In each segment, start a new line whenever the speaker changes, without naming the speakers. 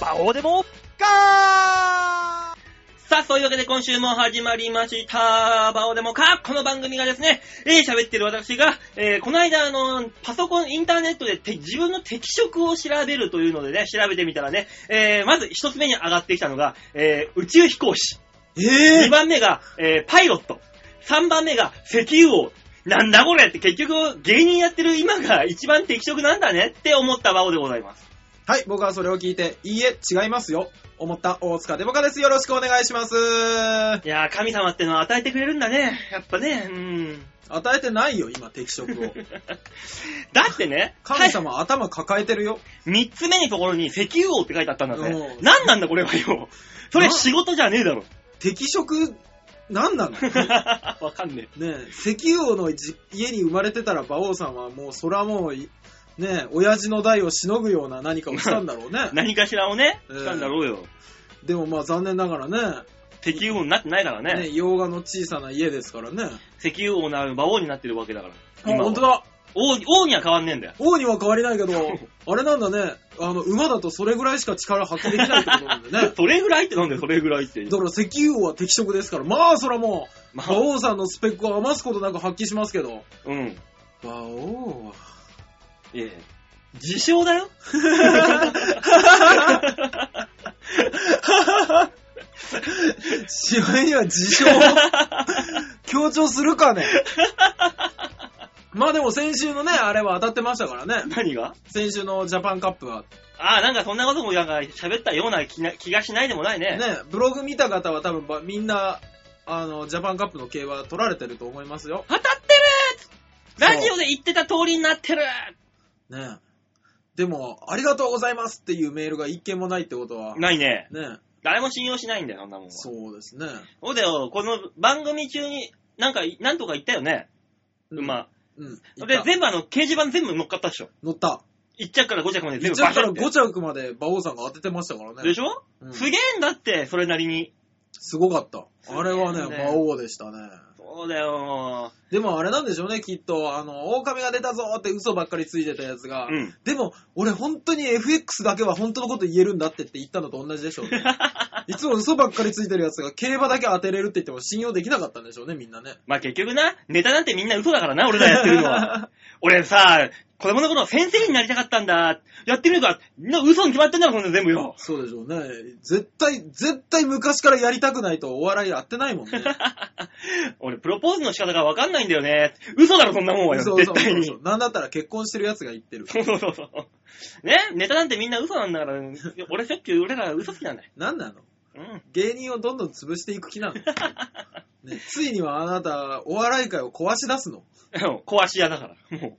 バオでも
ガー
さあ、そういうわけで今週も始まりました。バオデモかこの番組がですね、えー喋ってる私が、えーこの間、あの、パソコン、インターネットでて自分の適色を調べるというのでね、調べてみたらね、えーまず一つ目に上がってきたのが、えー宇宙飛行士。
え
2番目が、えーパイロット。3番目が石油王。なんだこれって結局、芸人やってる今が一番適色なんだねって思ったバオでございます。
はい、僕はそれを聞いて、いいえ、違いますよ。思った大塚デモカです。よろしくお願いします。与
いやー、神様ってのは与えてくれるんだね。やっぱね、うん。
えてないよ、今、適職を。
だってね、
神様、頭抱えてるよ。
三つ目のところに石油王って書いてあったんだぜ
う。ん
なんなんだこれはよ。それ
な
仕事じゃねえだ ろ。
適職、なんなのね
わかんね
え、石油王のじ家に生まれてたら馬王さんはもう、そらもうい、ねえ、親父の代をしのぐような何かをしたんだろうね
え。。何かしらをね、
うん
したんだろうよ。
でもまあ残念ながらね、
石油王になってないから
ね
ね。
洋画の小さな家ですからね。
石油王なる馬王になってるわけだから。
あ、
今は
本当だ
王に王には変わんねえんだよ。
王には変わりな いけど、あれなんだね、あの、馬だとそれぐらいしか力発揮できないってことなん
。
でね
それぐらいってなんだよ、それぐらいって。
だから石油王は適職ですから、まあそらもう、
まあ
馬王さんのスペックを余すことなく発揮しますけど。
うん。
馬王 は。
いやいや自称 だよ。
試合には自 称強調するかね。まあでも先週のね、あれは当たってましたからね。
何が
先週のジャパンカップは。
ああ、なんかそんなこともなんか喋ったような気な気がしないでもないね。
ね、ブログ見た方は多分ばみんな、あの、ジャパンカップの競馬取られてると思いますよ。
当たってる
そう
ラジオで言ってた通りになってる
ねでも、ありがとうございますっていうメールが一件もないってことは、ね
ないね。誰も信用しないんだよ、そんなもんは。そ
そうですね。
うだよ、この番組中に、なんか、なんとか言ったよね。馬。
うん。い
で
た、
全部あの、掲示板全部乗っかったでしょ。
乗った。
1着から5着まで全
1
部
着から
バシャって
5着まで馬王さんが当ててましたからね。
でしょ、
うん
すげえんだって、それなりに。
すごかった。あれはね、
すげえね
馬王でしたね。
そうだよ
でもあれなんでしょうね、きっと。あの、狼が出たぞーって嘘ばっかりついてたやつが。
うん
でも、俺本当に FX だけは本当のこと言えるんだってって言ったのと同じでしょう ね。いつも嘘ばっかりついてるやつが競馬だけ当てれるって言っても信用できなかったんでしょうね、みんなね。
まあ結局な、ネタなんてみんな嘘だからな、俺らやってるの は。俺さ、子供の頃先生になりたかったんだ。やってみるか。な嘘に決まってんだろ、そんなの全部よ。
そうでしょうね。絶対、絶対昔からやりたくないとお笑いやってないも んね。
俺、プロポーズの仕方がわかんないんだよね。嘘だろ、そんなもんはよ。絶対に。
なんだったら結婚してるやつが言ってる。
そうそうそうそう。 ねネタなんてみんな嘘なんだから、俺しょっちゅう俺ら嘘好きなんだよ。
なんなの
うん。
芸人をどんどん潰していく 気なの、ね、ついにはあなた、お笑い界を壊し出すの。
壊し屋だから。も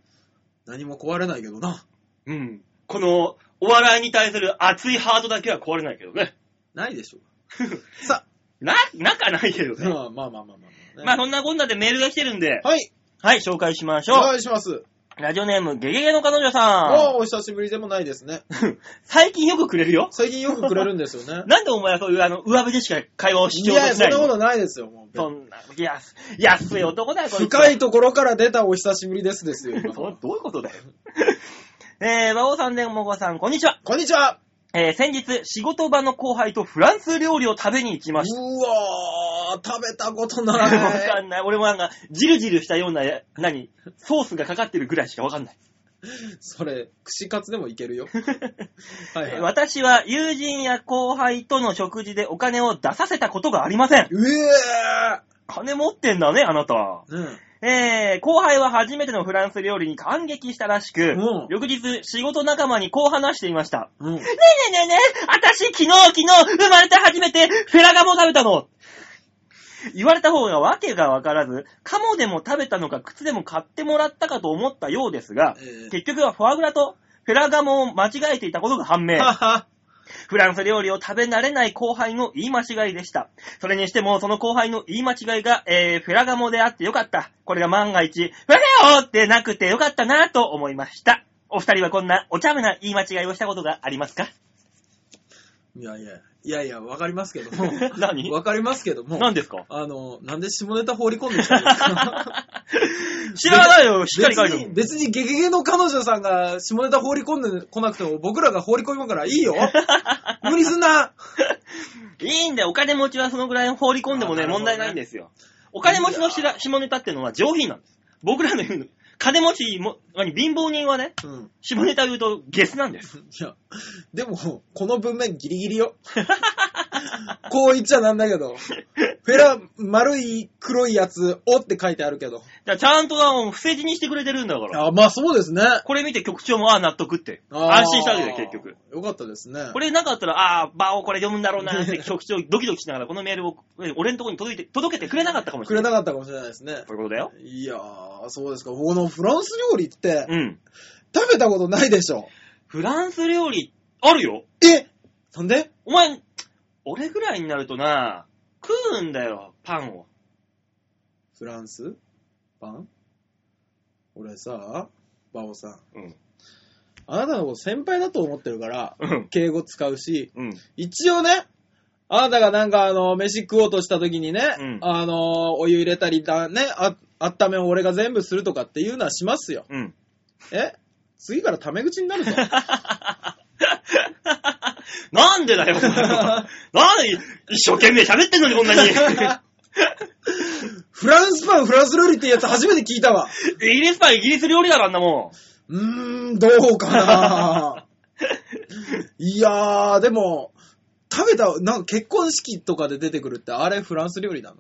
何も壊れないけどな。
う。うん。この、お笑いに対する熱いハートだけは壊れないけどね。
ないでし ょう。さ
な、なかないけど
あ、
ね。
まあまあまあまあまあ、ね
まあそんなこんなでメールが来てるんで、
はい、
はい、紹介しまし
お
ょう。
願いします。
ラジオネーム、ゲゲゲの彼女
あ
さん。
あ、お久しぶりでもないですね。
最近よくくれるよ。
最近よくくれるんですよ ね。
なんでお前はそういう、あの、上辺でしか会話をし
い
ようと
や、
し
そ
なんい
な
の
ことないですよ。もう
そんな、安、安い男だよ、こいつ
深いところから出たお久しぶりですです よ。今
ど
の
どういうことだよ。えー、馬王さんでもごさん、こんにちは。
こんにちは
えー、先日、仕事場の後輩とフランス料理を食べに行きました。
うわー、食べたこと
わ
な
か
い。
んない。俺もなんか、ジルジルしたような、何ソースがかかってるぐらいしかわかんない。
それ、串カツでもい けるよ。はい
えー
はい。
私は友人や後輩との食事でお金を出させたことがありません。
うえ
金持ってんだね、あなた。
ーね
えー、後輩は初めてのフランス料理に感激したらしく、
うん
翌日、仕事仲間にこう話していました。
うん。
ねえねえねえねえ、私昨日昨日生まれて初めてフェラガモ食べたの言われた方がわけがわからず、カモでも食べたのか靴でも買ってもらったかと思ったようですが、
え
結局はフォアグラとフェラガモを間違えていたことが判明
ー、。はは。
フランス料理を食べ慣れない後輩の言い間違いでした。それにしても、その後輩の言い間違いが、えー、フェラガモであってよかった。これが万が一、フェラよってなくてよかったなと思いました。お二人はこんなお茶目な言い間違いをしたことがありますか
いやいや、いやいや、わかりますけども。
何
わかりますけども。
何です か
あの、なんで下ネタ放り込んできたんですか
知らないよ、しっかり
別
書いて
に、別に ゲゲゲの彼女さんが下ネタ放り込んでこなくても僕らが放り込むからいいよ。無理すんない
いんだよ、お金持ちはそのぐらい放り込んでもね、
あなるほ
問
どね
題ないんですよ。お金持ちのしら下ネタってのは上品なんです。僕らの言うの、金持ちも、何貧乏人はね、
うん。
下ネタ言うとゲスなんです。
いや、でも、この文面ギリギリよ。 こう言っちゃなんだけど。フェラ、丸い黒いやつ、おって書いてあるけど。
だからちゃんとあの、不正字にしてくれてるんだから。
あ、まあそうですね。
これ見て局長も、ああ、納得って。
あー
安心したわけだよ、結局。。
よかったですね。
これなかったら、ああ、バオこれ読むんだろうな って、局長ドキドキしながら、このメールを、え俺のところに届いて、届けてくれなかったかもし
く
れ
れ
ない。
なかったかもしれないですね。
そういうことだよ。
いやー、そうですか。このフランス料理って、
うん。
食べたことないでしょ。
フランス料理、あるよ。
えなんで
お前、俺ぐらいになるとな、食うんだよ、パンを。
フランスパン俺さ、バオさん。
うん。
あなたのこと先輩だと思ってるから、
うん。
敬語使うし、
うん。
一応ね、あなたがなんかあの、飯食おうとした時にね、
うん
あの、お湯入れたりだね、あ、温めを俺が全部するとかっていうのはしますよ。
うん。
え次からタメ口になるぞ。
なんでだよ、お前なんで一生懸命喋ってんのに、こんな に。
フランスパン、フランス料理ってやつ初めて聞いたわ。
イギリスパン、イギリス料理だからあんなも
うーん、どう かないやー、でも、食べた、なんか結婚式とかで出てくるって、あれフランス料理なの、
ん。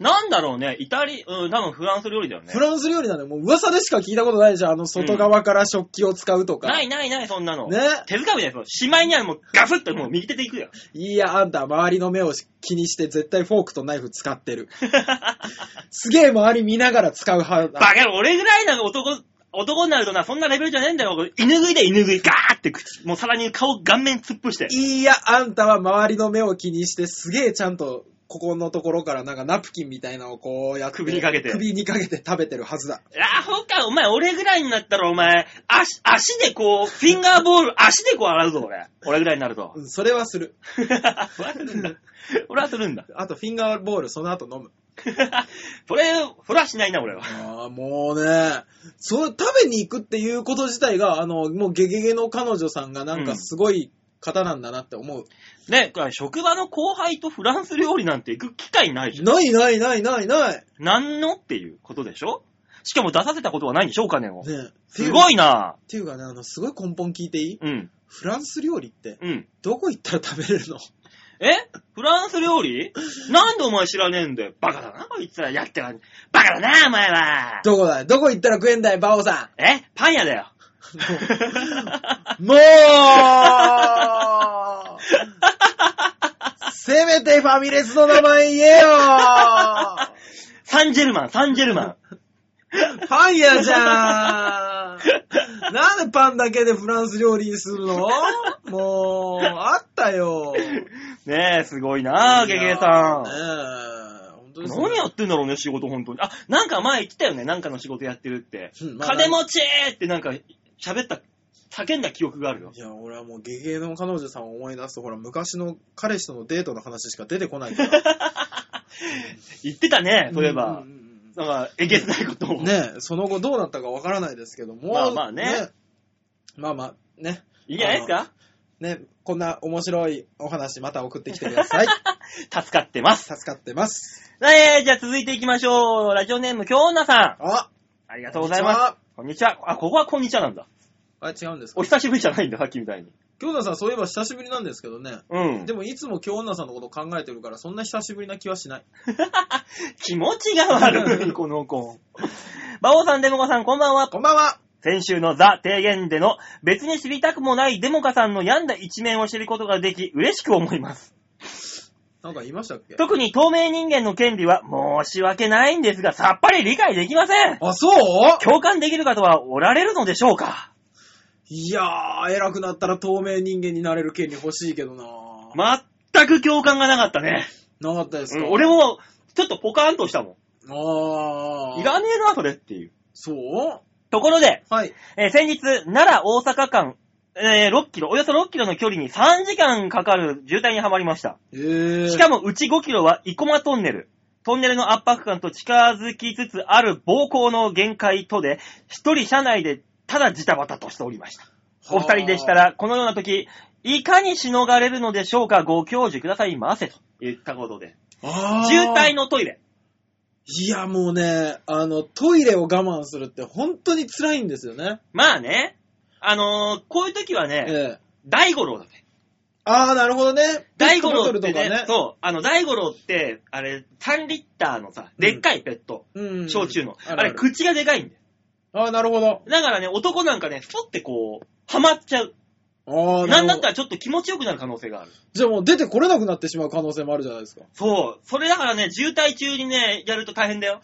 なんだろうね、イタリ、うん、多分フランス料理だよね
フ。ランス料理なのもう噂でしか聞いたことないじゃん。あの、外側から食器を使うとか。
ないないない、そんなの。
ね。
手づかみだよ、そのしまいにはもうガフッともう右手でいく よ。
いや、あんた、周りの目を気にして、絶対フォークとナイフ使ってる。すげえ周り見ながら使う派だ。
バカ野郎俺ぐらいな男、男になるとな、そんなレベルじゃねえんだよ。犬食いで犬食い、ガーって口、もう皿に顔顔面突っ伏して。
いや、あんたは周りの目を気にして、すげえちゃんと、ここのところからなんかナプキンみたいなのをこうやって。
首にかけて
首にかけて食べてるはずだ。
あ、ほか、お前、俺ぐらいになったら、お前、足、足でこう、フィンガーボール、足でこう洗うぞ、俺。俺ぐらいになる と
う。ん、それはする。
俺はするんだ。俺はするんだ。
あと、フィンガーボール、その後 飲む。
それ、それはしないな、俺は。
ああ、もうね、そう、食べに行くっていうこと自体が、あの、もうゲゲゲの彼女さんがなん
う
か
ん
すごい方なんだなって思う。
ね、これ職場の後輩とフランス料理なんて行く機会ないじゃん。
ないないないないない。
なんのっていうことでしょしかも出させたことはないんでしょ、お金を。
ね
すご
いっ
いな
ていうかね、あの、すごい根本聞いていい
うん、
フランス料理って、
うん。
どこ行ったら食べれるの
えフランス料理なんでお前知らねえんだよ。バカだな、こいつらやってらん。バカだな、お前は。
どこだいどこ行ったら食えんだい、バオさ
えパン屋だよ。
ん。もうせめてファミレスの名前言えよ
サンジェルマン、サンジェルマン。
パン屋じゃんなんでパンだけでフランス料理にするのもう、あったよ。
ねえ、すごいなあ、ゲゲさん。
ねえ本当ですね
何やってんだろうね、仕事、本当に。あ、なんか前言ってたよね、なんかの仕事やってるって。
うんまあ
金持ちーってなんか、喋った、叫んだ記憶があるよ
い。や、俺はもうゲゲの彼女さんを思い出すと、ほら、昔の彼氏とのデートの話しか出てこないから。
言ってたね、 そういえば
うんう。ん
なんか、えげつないこと
う
を。
んねえ、その後どうなったかわからないですけども。
まあまあね
まあまあ、ね。
いいんじゃないですか
ね、こんな面白いお話また送ってきてく ださい。
助かってます。
助かってます。
えー、じゃあ続いていきましょう。ラジオネーム、京奈さん。
あ、
ありがとうございます。こんにちは。あ、ここはこんにちはなんだ。
あ、違うんですか
お久しぶりじゃないんだ、さっきみたいに。
京奈さん、そういえば久しぶりなんですけどね。
うん
で。も、いつも京奈さんのこと考えてるから、そんな久しぶりな気はしない。
気持ちが悪い、この子。馬王さん、デモカさん、こんばんは。
こんばんは
先週のザ提言での別に知りたくもないデモカさんの病んだ一面を知ることができ嬉しく思います。
なんか言いましたっけ
特に透明人間の権利は申し訳ないんですがさっぱり理解できません。
あ、そう
共感できる方はおられるのでしょうか
いやー、偉くなったら透明人間になれる権利欲しいけどな
全く共感がなかったね。
なかったですか、
うん俺もちょっとポカーンとしたもん。
あー。
いらねえな、それっていう。
そう
ところで、
はい。
えー先日、奈良大阪間、えー6キロ、およそ6キロの距離に3時間かかる渋滞にはまりました。
えー。
しかも、うち5キロは生駒トンネル。トンネルの圧迫感と近づきつつある暴行の限界とで、一人車内でただジタバタとしておりました。お二人でしたら、このような時、いかにしのがれるのでしょうか、ご教授くださいませ、と言ったことで。
あー
渋滞のトイレ。
いや、もうね、あの、トイレを我慢するって本当に辛いんですよね。
まあね、あのーこういう時は
え
ね、
え。
大五郎だね。
ああ、なるほどね。
大五
ボト
郎
ル
っ
と
て
か
ね、
ね。
そう、あの、大五郎って、あれ、3リッターのさ、でっかいペット、
うん
焼酎の。
あ
あれ、
く
口がでかいんだよ。
ああ、なるほど。
だからね、男なんかね、ポってこう、はまっちゃう。
ああ、
なん
る
だった
ほど。
らちょっと気持ちよくなる可能性がある。
じゃあもう出てこれなくなってしまう可能性もあるじゃないですか。
そう。それだからね、渋滞中にね、やると大変だよ。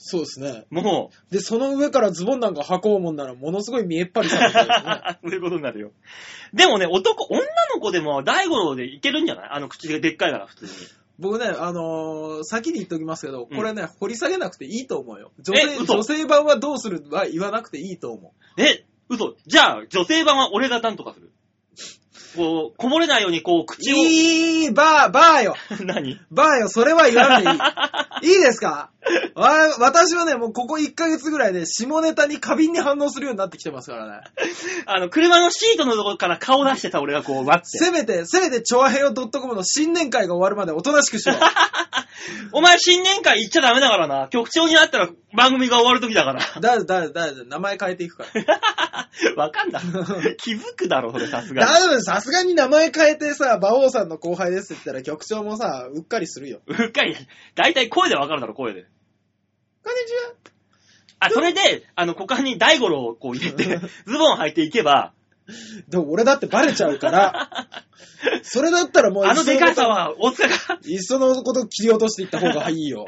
そうですね。
もう、
で、その上からズボンなんか履こうもんならものすごい見えっぱりされてるですね。
そういうことになるよ。でもね、男、女の子でも大五郎でいけるんじゃないあの口がでっかいから、普通に。
僕ね、あのー先に言っときますけど、
うん
これね、掘り下げなくていいと思うよ。女
え
性、
嘘
女性版はどうするは言わなくていいと思う。
え、嘘。じゃあ、女性版は俺がなんとかする。こう、こぼれないようにこう、口を。
いい、バー、バーよ。
何
バーよ、それは言わんで いい。いいですかわ私はね、もうここ1ヶ月ぐらいで、下ネタに過敏に反応するようになってきてますからね。
あの、車のシートのところから顔出してた俺がこう、わって。
せめて、せめて、チョアヘヨ .com の新年会が終わるまでおとなしくしろ。
お前新年会行っちゃダメだからな。局長になったら番組が終わる時だから。
だいだいだいだい名前変えていくから。
わかん だ。気づくだろ、それさすがに。
だいぶさすがに名前変えてさ、馬王さんの後輩ですって言ったら局長もさ、うっかりするよ。
うっかり。大体声でわかるだろ、声で。
こんにちは。
あ、それで、あの、股間に大五郎をこう入れて、ズボン履いていけば、
でも俺だってバレちゃうから、それだったらも う
あのでか
いっそ
さ
のこと
は、大塚が
いっそのこと切り落としていった方がい いよ。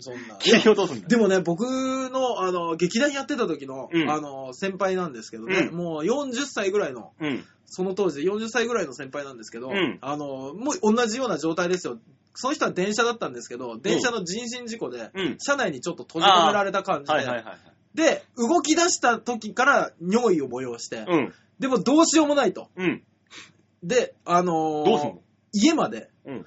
そんな。
切り落とすんだ。
でもね、僕の、あの、劇団やってた時の、
うん
あの、先輩なんですけどね、
うん
もう40歳ぐらいの、
うん。
その当時で40歳ぐらいの先輩なんですけど、
うん
あの、もう同じような状態ですよ。その人は電車だったんですけど、電車の人身事故で、
うん。
車内にちょっと閉じ込められた感じで、
はいはいはいはい。
で、動き出した時から尿意を催して、
うん。
でもどうしようもないと。
うん。
で、あのー
どうすんの
家まで、
うん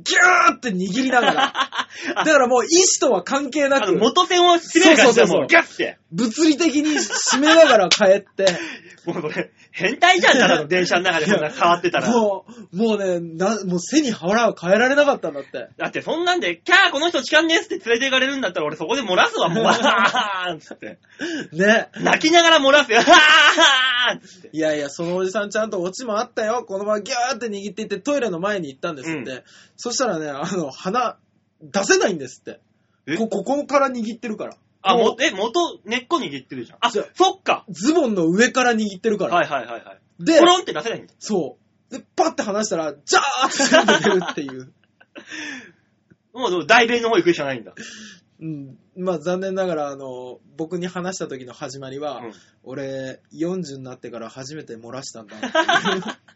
ギューって握りなが ら、だからもう意思とは関係な
あの、
く、
元線を締める感じで
そうそうそう
も、
そうう
ギャッて。
物理的に締めながら帰 って、
もうこれ、変態じゃん、ただの電車の中でこんな変わってたら。
もう、もうね、なもう背に腹を変えられなかったんだって。
だってそんなんで、キャーこの人痴漢ですって連れて行かれるんだったら俺そこで漏らすわ、もう、わーんつって。
ね。
泣きながら漏らすよ、わーんつって。
いやいや、そのおじさんちゃんとオチもあったよ。このままギューって握っていってトイレの前に行ったんですって。
う
そしたらね、あの、鼻、出せないんですって。
え
こここから握ってるから。
あ、
も
も
う、
え、元、根っこ握ってるじゃん。あ、
じ
そ
ゃ
っか。
ズボンの上から握ってるから。
はいはいはいはい。
で
コ、ロンって出せないんだ。
そう。で、パッて離したら、ジャーって全部出るっていう。
もうでも大便の方行くしかないんだ。
うん。まあ残念ながら、あの、僕に話した時の始まりは、
うん
俺、40になってから初めて漏らしたんだっていう。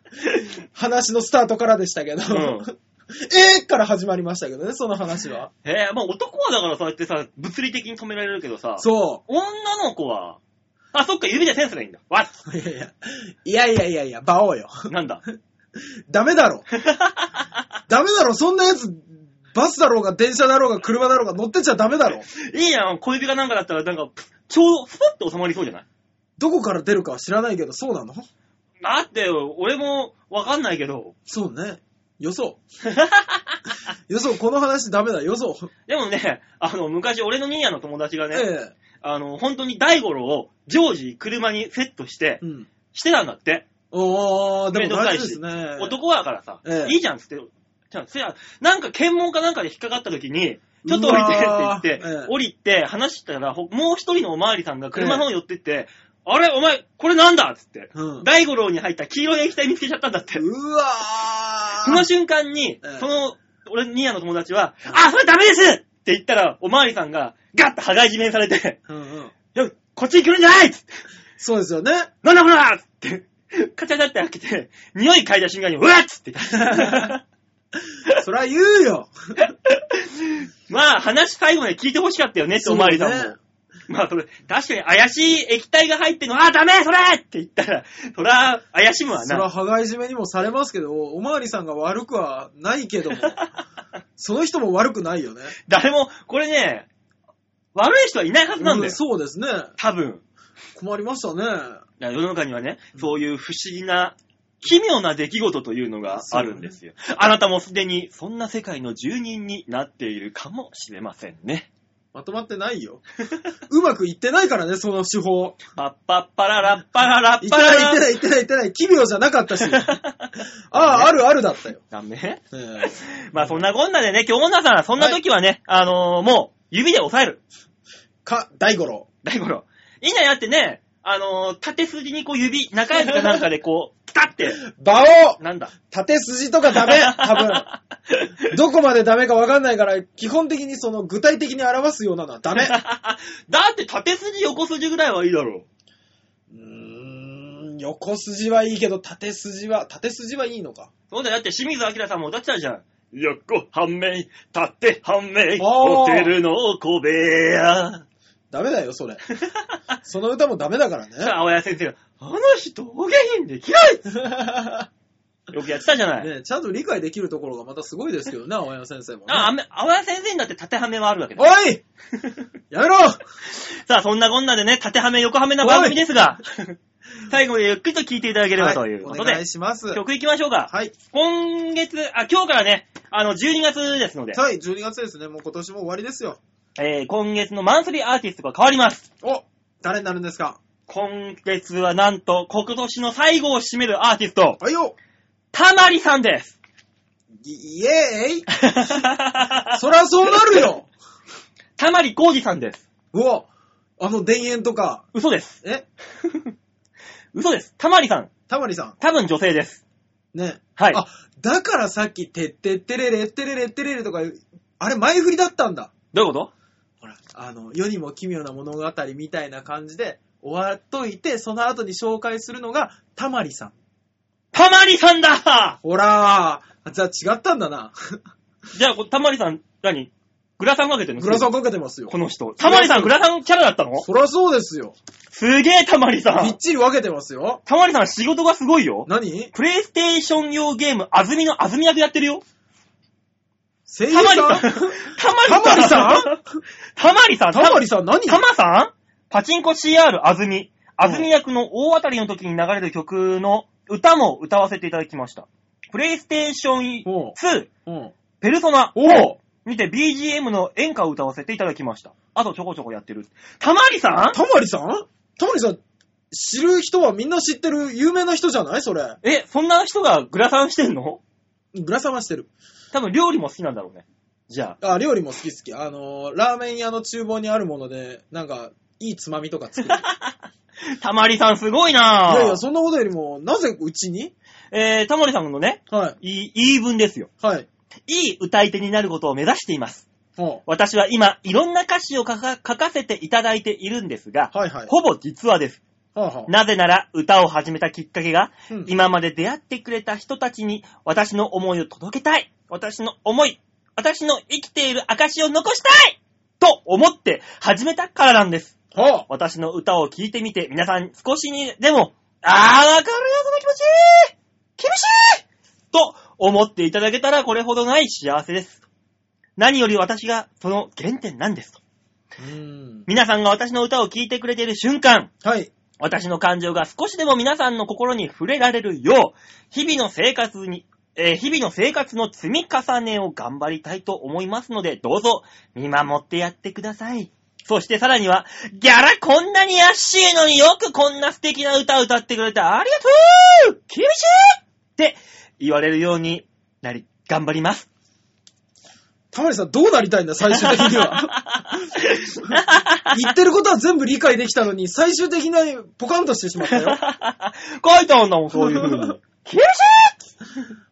話のスタートからでしたけど、
うん
えーから始まりましたけどね、その話は。
えー、まあ男はだからそうやってさ、物理的に止められるけどさ、
そ
女の子は、あ、そっか、指でセンスがいいんだ。わっ
う。いやいや、いやいやいやいや、馬王よ。
なんだ。
ダメ だろ。ダメだろ、そんなやつ、バスだろうが、電車だろうが、車だろうが、乗ってちゃダメだろ。
いいやん、小指がなんかだったらなんか、ちょうど、スポッと収まりそうじゃない
どこから出るかは知らないけど、そうなの
だって、俺もわかんないけど、
そうね。予想。 予想、この話ダメだ、予想。
でもね、あの、昔俺の兄やの友達が
え
ね、
え
あの、本当に大五郎を常時車にセットして、
うん。
してたんだって。
おー、で
面
も
倒くさ
大
い
事
し
ですね。
男だからさ、
ええ
いいじゃんっつって。じゃあ、せや、なんか検問かなんかで引っかかった時に、ちょっと降りてって言って、
うわーええ
降りて話したら、ほもう一人のおまわりさんが車の方に寄ってって、あれお前、これなんだっつって、
うん
大五郎に入った黄色い液体見つけちゃったんだって。
うわー。
その瞬間に
ええ、
その、俺、ニアの友達は、あ、それダメですって言ったら、おまわりさんが、ガッと羽交い締めにされて、
うんうん。
いや、こっちに来るんじゃないっつって
そうです よね。
なんだこらって、カチャカチャって開けて、匂い嗅いだ瞬間に、うわっつっ て言った。
そりゃ言うよ。
まあ、話最後まで聞いてほしかったよねっておまわりさんも。
そうね
まあ、それ、確かに怪しい液体が入ってんの、あ、ダメそれって言ったら、そら、怪しむわ
それは
な。
羽交い締めにもされますけど、おまわりさんが悪くはないけ ども、その人も悪くないよね。
誰も、これね、悪い人はいないはずなんだ
うん
よ。
そうですね。
多分。
困りましたね。
だから世の中にはね、そういう不思議な奇妙な出来事というのがあるんですよ。あなたもすでにそんな世界の住人になっているかもしれませんね。
まとまってない よ。うまくいってないからね、その手法。
パッパッパララッパララ
い
ッ
って
パラ
な
ラ
い、いってない、いってない、いってない。奇妙じゃなか ったし。ああ、あるあるだったよ。
ダメ
ええ
まあそんなこんなでね、今日女さん、そんな時はね、あのーもう指で押さえる。
か、大五郎。
大五郎。いいんだよってね、あのー縦筋にこう指、中指かなんかで こう、ピタって、
馬王
なんだ。
縦筋とかダメ多 分。どこまでダメか分かんないから、基本的にその具体的に表すようなのはダメ。
だって縦筋横筋ぐらいはいいだろ
うーん、横筋はいいけど、縦筋は、縦筋はいいのか。
そうだよ、だって清水明さんも歌ってたじゃん。横半面、縦半面、
あー
ホテルの小部屋。
ダメだよ、それ。その歌もダメだからね
そした。ら青谷先生が、あの人、お下品で嫌いよくやってたじゃない。
ねえちゃんと理解できるところがまたすごいですけどね、青山先生も、ね。
あ、あめ青谷先生にだって縦はめはあるわけだ。
おいやめろ
さあ、そんなこんなでね、縦はめ、横はめな番組ですが、最後までゆっくりと聞いていただければという
は
こ
い
と
お
で、
願いします。は
曲行きましょうか。
い。
今月、あ、今日からね、あの、12月ですので、
はい、12月ですね。もう今年も終わりですよ。
えー今月のマンスリーアーティストが変わります。
お誰になるんですか
今月はなんと、今年の最後を締めるアーティスト、
はいよ
たまりさん です。
イイエーイ そりゃそうなるよ
たまりこうじさんです。
うわあの田園とか、
嘘 です。
え
嘘です。たまりさん。
タマリさ
多分女性です。
ん。ね。
はい。
あ、だからさっき、てってってれれってれれってれれとか、あれ前振りだったんだ。
どういうこ
ほら、あの、世にも奇妙な物語みたいな感じで終わっといて、その後に紹介するのが、たまりさん。
とたまりさんだ
ほらー、じゃあ違ったん だな。
じゃあ、こたまりさん、何グラサンかけてるの
グラサンかけてますよ
こ。の人。たまりさん、グラサンキャラだったの
そらそうですよ。
すげえたまりさ
びっ
ん。
ちり分けてますよ。
たまりさん、仕事がすごいよ。
何
プレイステーション用ゲーム、あずみのあずみ役やってるよ。
声優
たまりさん
さん
たまりさんたまりさん
たまりさん 何
たまさんパチンコ CR あずみ。あずみ役の大当たりの時に流れる曲の歌も歌わせていただきました。プレイステーション
おう
2、
うん。
ペルソナ
おう
にて BGM の演歌を歌わせていただきました。あとちょこちょこやってる。たまりさん
たまりさんたまりさん、知る人はみんな知ってる有名な人じゃないそれ。
え、そんな人がグラサンしてんの
グラサンはしてる。
多分料理も好きなんだろうね。じゃあ。
あ、料理も好き好き。あのー、ラーメン屋の厨房にあるもので、なんか、いいつまみとか作 る。
たまりさんすごいない
やいや、そんなことよりも、なぜうちに
えー、たまりさんのね、
はい
い、言い分ですよ。
い。はい。
いい歌い手になることを目指しています。
は
私は今、いろんな歌詞を書か書かせていただいているんですが、
あはいはい。
ほぼ実話です。
はあはあ
なぜなら、歌を始めたきっかけが、
うん
今まで出会ってくれた人たちに、私の思いを届けたい。私の思い。私の生きている証を残したいと思って始めたからなんです。
は
私の歌を聴いてみて、皆さん少しにでも、あー、わかるよ、その気持ち厳しいと思っていただけたらこれほどない幸せです。何より私がその原点なんですと。
あうん。
皆さんが私の歌を聴いてくれている瞬間、
はい。
私の感情が少しでも皆さんの心に触れられるよう、日々の生活に、えー日々の生活の積み重ねを頑張りたいと思いますので、どうぞ見守ってやってください。そしてさらには、ギャラこんなに安いのによくこんな素敵な歌を歌ってくれてありがとう厳しいって言われるようになり、頑張り ます。
たまりさん、どうなりたいんだ、最終的に は。言ってることは全部理解できたのに、最終的なポカンとしてしまった よ。
書いてあんだもん、そういう風に。 厳しい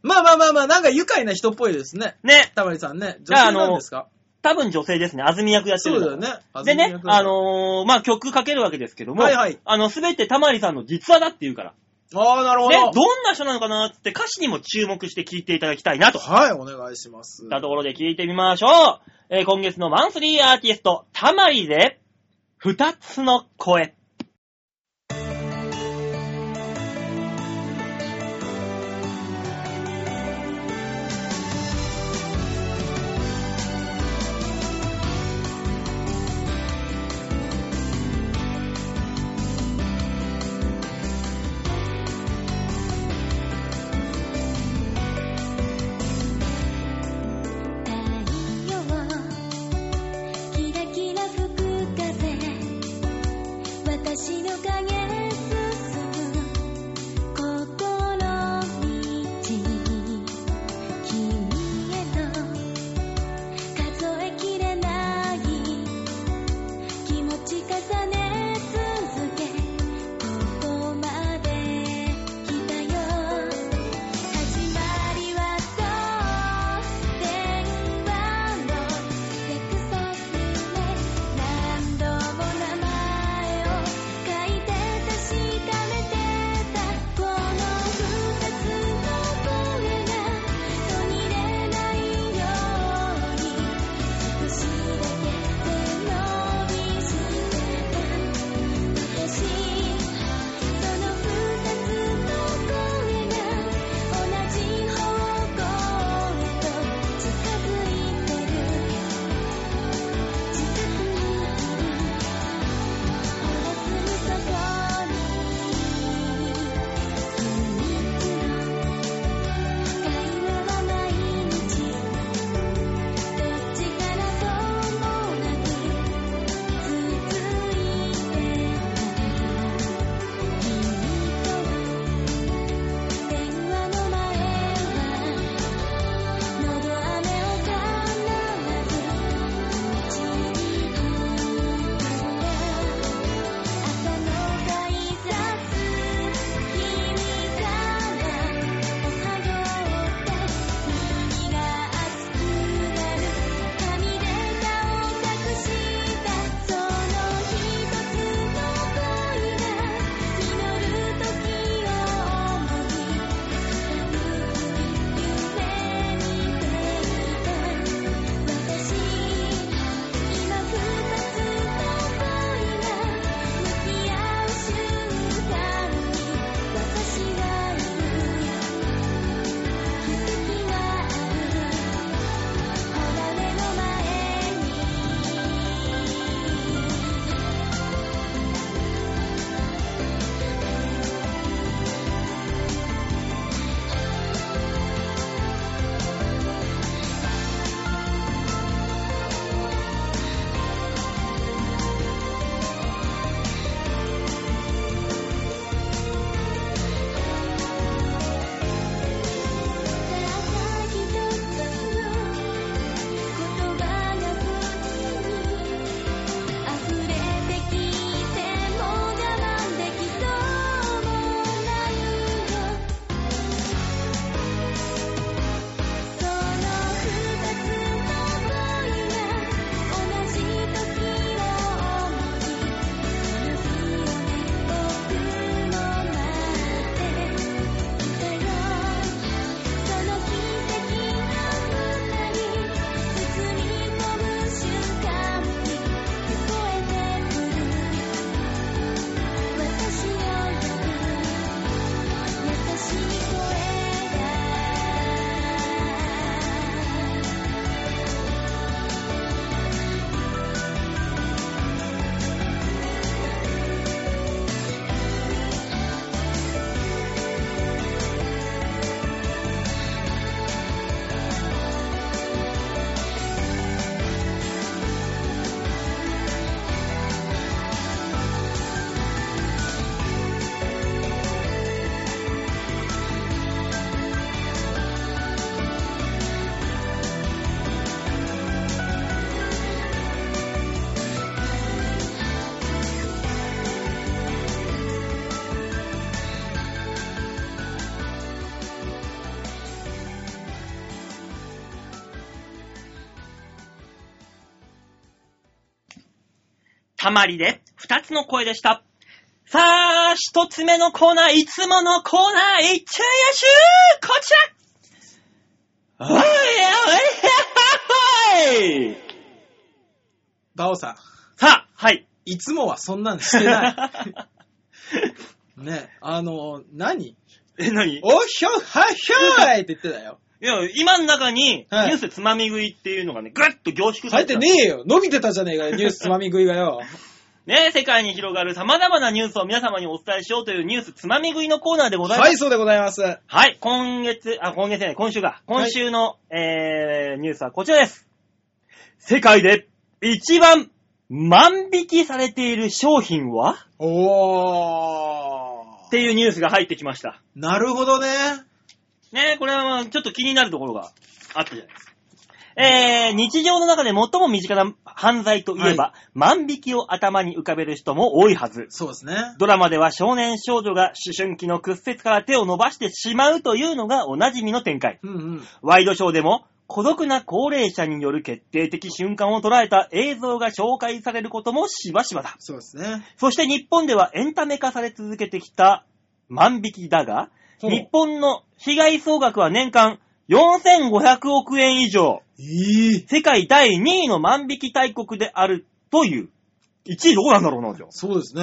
まあまあまあまあ、なんか愉快な人っぽいですね。
ね、
たまりさんね。
じ
女
ゃあ
性なんですか
多分女性ですね。安住役やって
そ
る
う
の
だよね。
でね、あ
あの、
のーまあ、曲かけるわけですけども、
はいはい
あの、すべてたまりさんの実話だっていうから、
ああ、なるほ
ね、
ど。
どんな人なのかなって歌詞にも注目して聴いていただきたいなと。い
はい、お願いします。
ったところで聴いてみましょう。えー今月のマンスリーアーティスト、たまりで、二つの声。
「
たまりで二つの声でした。さあ、一つ目のコーナー、いつものコーナー、いっちゃいやしゅーこちらおいおいおいおい
バオさん、
さあ、 はい。
いつもはそんなんしてない。 ね、あの、何
え、何
おひょはひょーいって言ってたよ。
いや、今の中に、ニ
はい
ュースつまみ食いっていうのがね、ぐっと凝縮され
入って
た
ねえよ。伸びてたじゃねえかよ、ニュースつまみ食いがよ。
ね、世界に広がる様々なニュースを皆様にお伝えしようというニュースつまみ食いのコーナーでございま
は
す。
い、そうでございます。は
はい、今月、あ、今月じゃない、今週が、今週の、えー、ニュースはこちらです。世界で一番万引きされている商品は
お
っ
ー。
ていうニュースが入ってきました。
なるほどね。
ね、これはまあちょっと気になるところがあったじゃないですか。えー、日常の中で最も身近な犯罪といえば、万引きを頭に浮かべる人も多いはず。
そうですね。
ドラマでは少年少女が思春期の屈折から手を伸ばしてしまうというのがおなじみの展開。
うんうん。
ワイドショーでも孤独な高齢者による決定的瞬間を捉えた映像が紹介されることもしばしばだ。
そうですね。
そして日本ではエンタメ化され続けてきた万引きだが、
ほう
日本の被害総額は年間4500億円以上、
いい。
世界第2位の万引き大国であるという。1位どこなんだろうな、じゃあ
そうですね。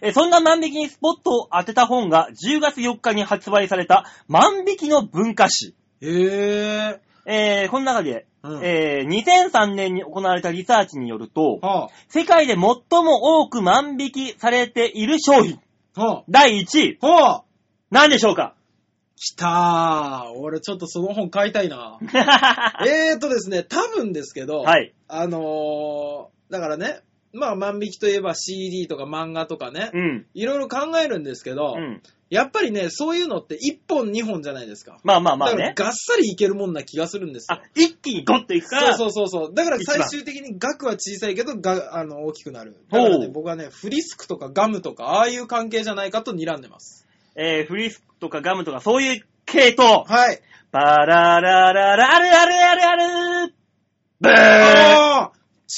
えそんな万引きにスポットを当てた本が10月4日に発売された万引きの文化史。
へえ。
えー、この中で、
うん。
えー、2003年に行われたリサーチによると、
は
世界で最も多く万引きされている商品、
あ、は
第1位、
あ、はあ。
何でしょうか
きたー。俺ちょっとその本買いたいな。 えーとですね、多分ですけど、
はい。
あのー、だからね、まあ万引きといえば CD とか漫画とかね、
うん。
いろいろ考えるんですけど、
うん。
やっぱりね、そういうのって1本2本じゃないですか。
まあまあまあ
だ
ね。
からがっさりいけるもんな気がするんですよ
あ。、一気にゴッといくから、
そうそうそうそう。だから
一
最
番
終的に額は小さいけど、があの大きくなる。だからね、
ほう
僕はね、フリスクとかガムとか、ああいう関係じゃないかと睨んでます。
えー、フリスクとかガムとかそういう系統。
はい。
パララララ、あるあるあるあるブー
ああ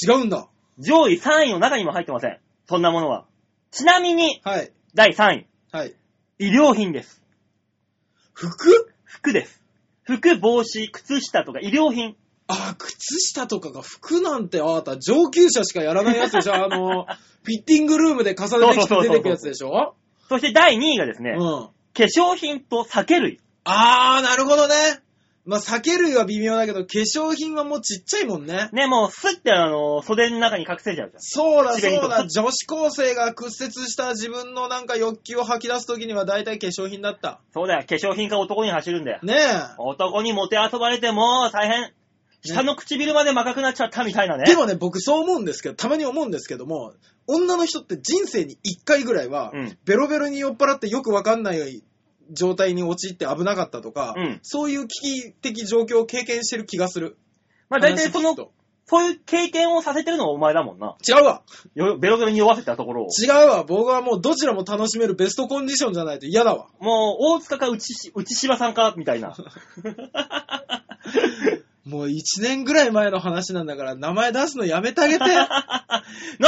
違うんだ。
上位3位の中にも入ってません。そんなものは。ちなみに、
はい。
第3位。
はい。
医療品です。
服
服です。服、帽子、靴下とか医療品。
あ、靴下とかが服なんて、あなた、上級者しかやらないやつでしょあの、フィッティングルームで重ねてきて出てくやつでしょ
そして第2位がです
う
ね、化
ん。
粧品と酒類。
あー、なるほどね。まあ、酒類は微妙だけど、化粧品はもうちっちゃいもんね。
ね、もうすってあの、袖の中に隠せちゃうじゃん。
そうだ、
口紅
そ
と
うだ、
か
女子高生が屈折した自分のなんか欲求を吐き出すときには大体化粧品だった。
そうだよ、化粧品が男に走るんだよ。
ねえ。
男にモテ遊ばれてもう大変。下の唇まで赤くなっちゃったみたいなね。
でもね、僕そう思うんですけど、たまに思うんですけども、女の人って人生に1回ぐらいは、
うん
ベロベロに酔っ払ってよくわかんない状態に陥って危なかったとか、
うん
そういう危機的状況を経験してる気がする。
まあ大体その
話聞、く
そういう経験をさせてるのはお前だもんな。
と違うわ
よベロベロに酔わせたところを。
違うわ僕はもうどちらも楽しめるベストコンディションじゃないと嫌だわ。
もう、大塚か内し、内柴さんか、みたい な。
もう1年ぐらい前の話なんだから、名前出すのやめて あげて
な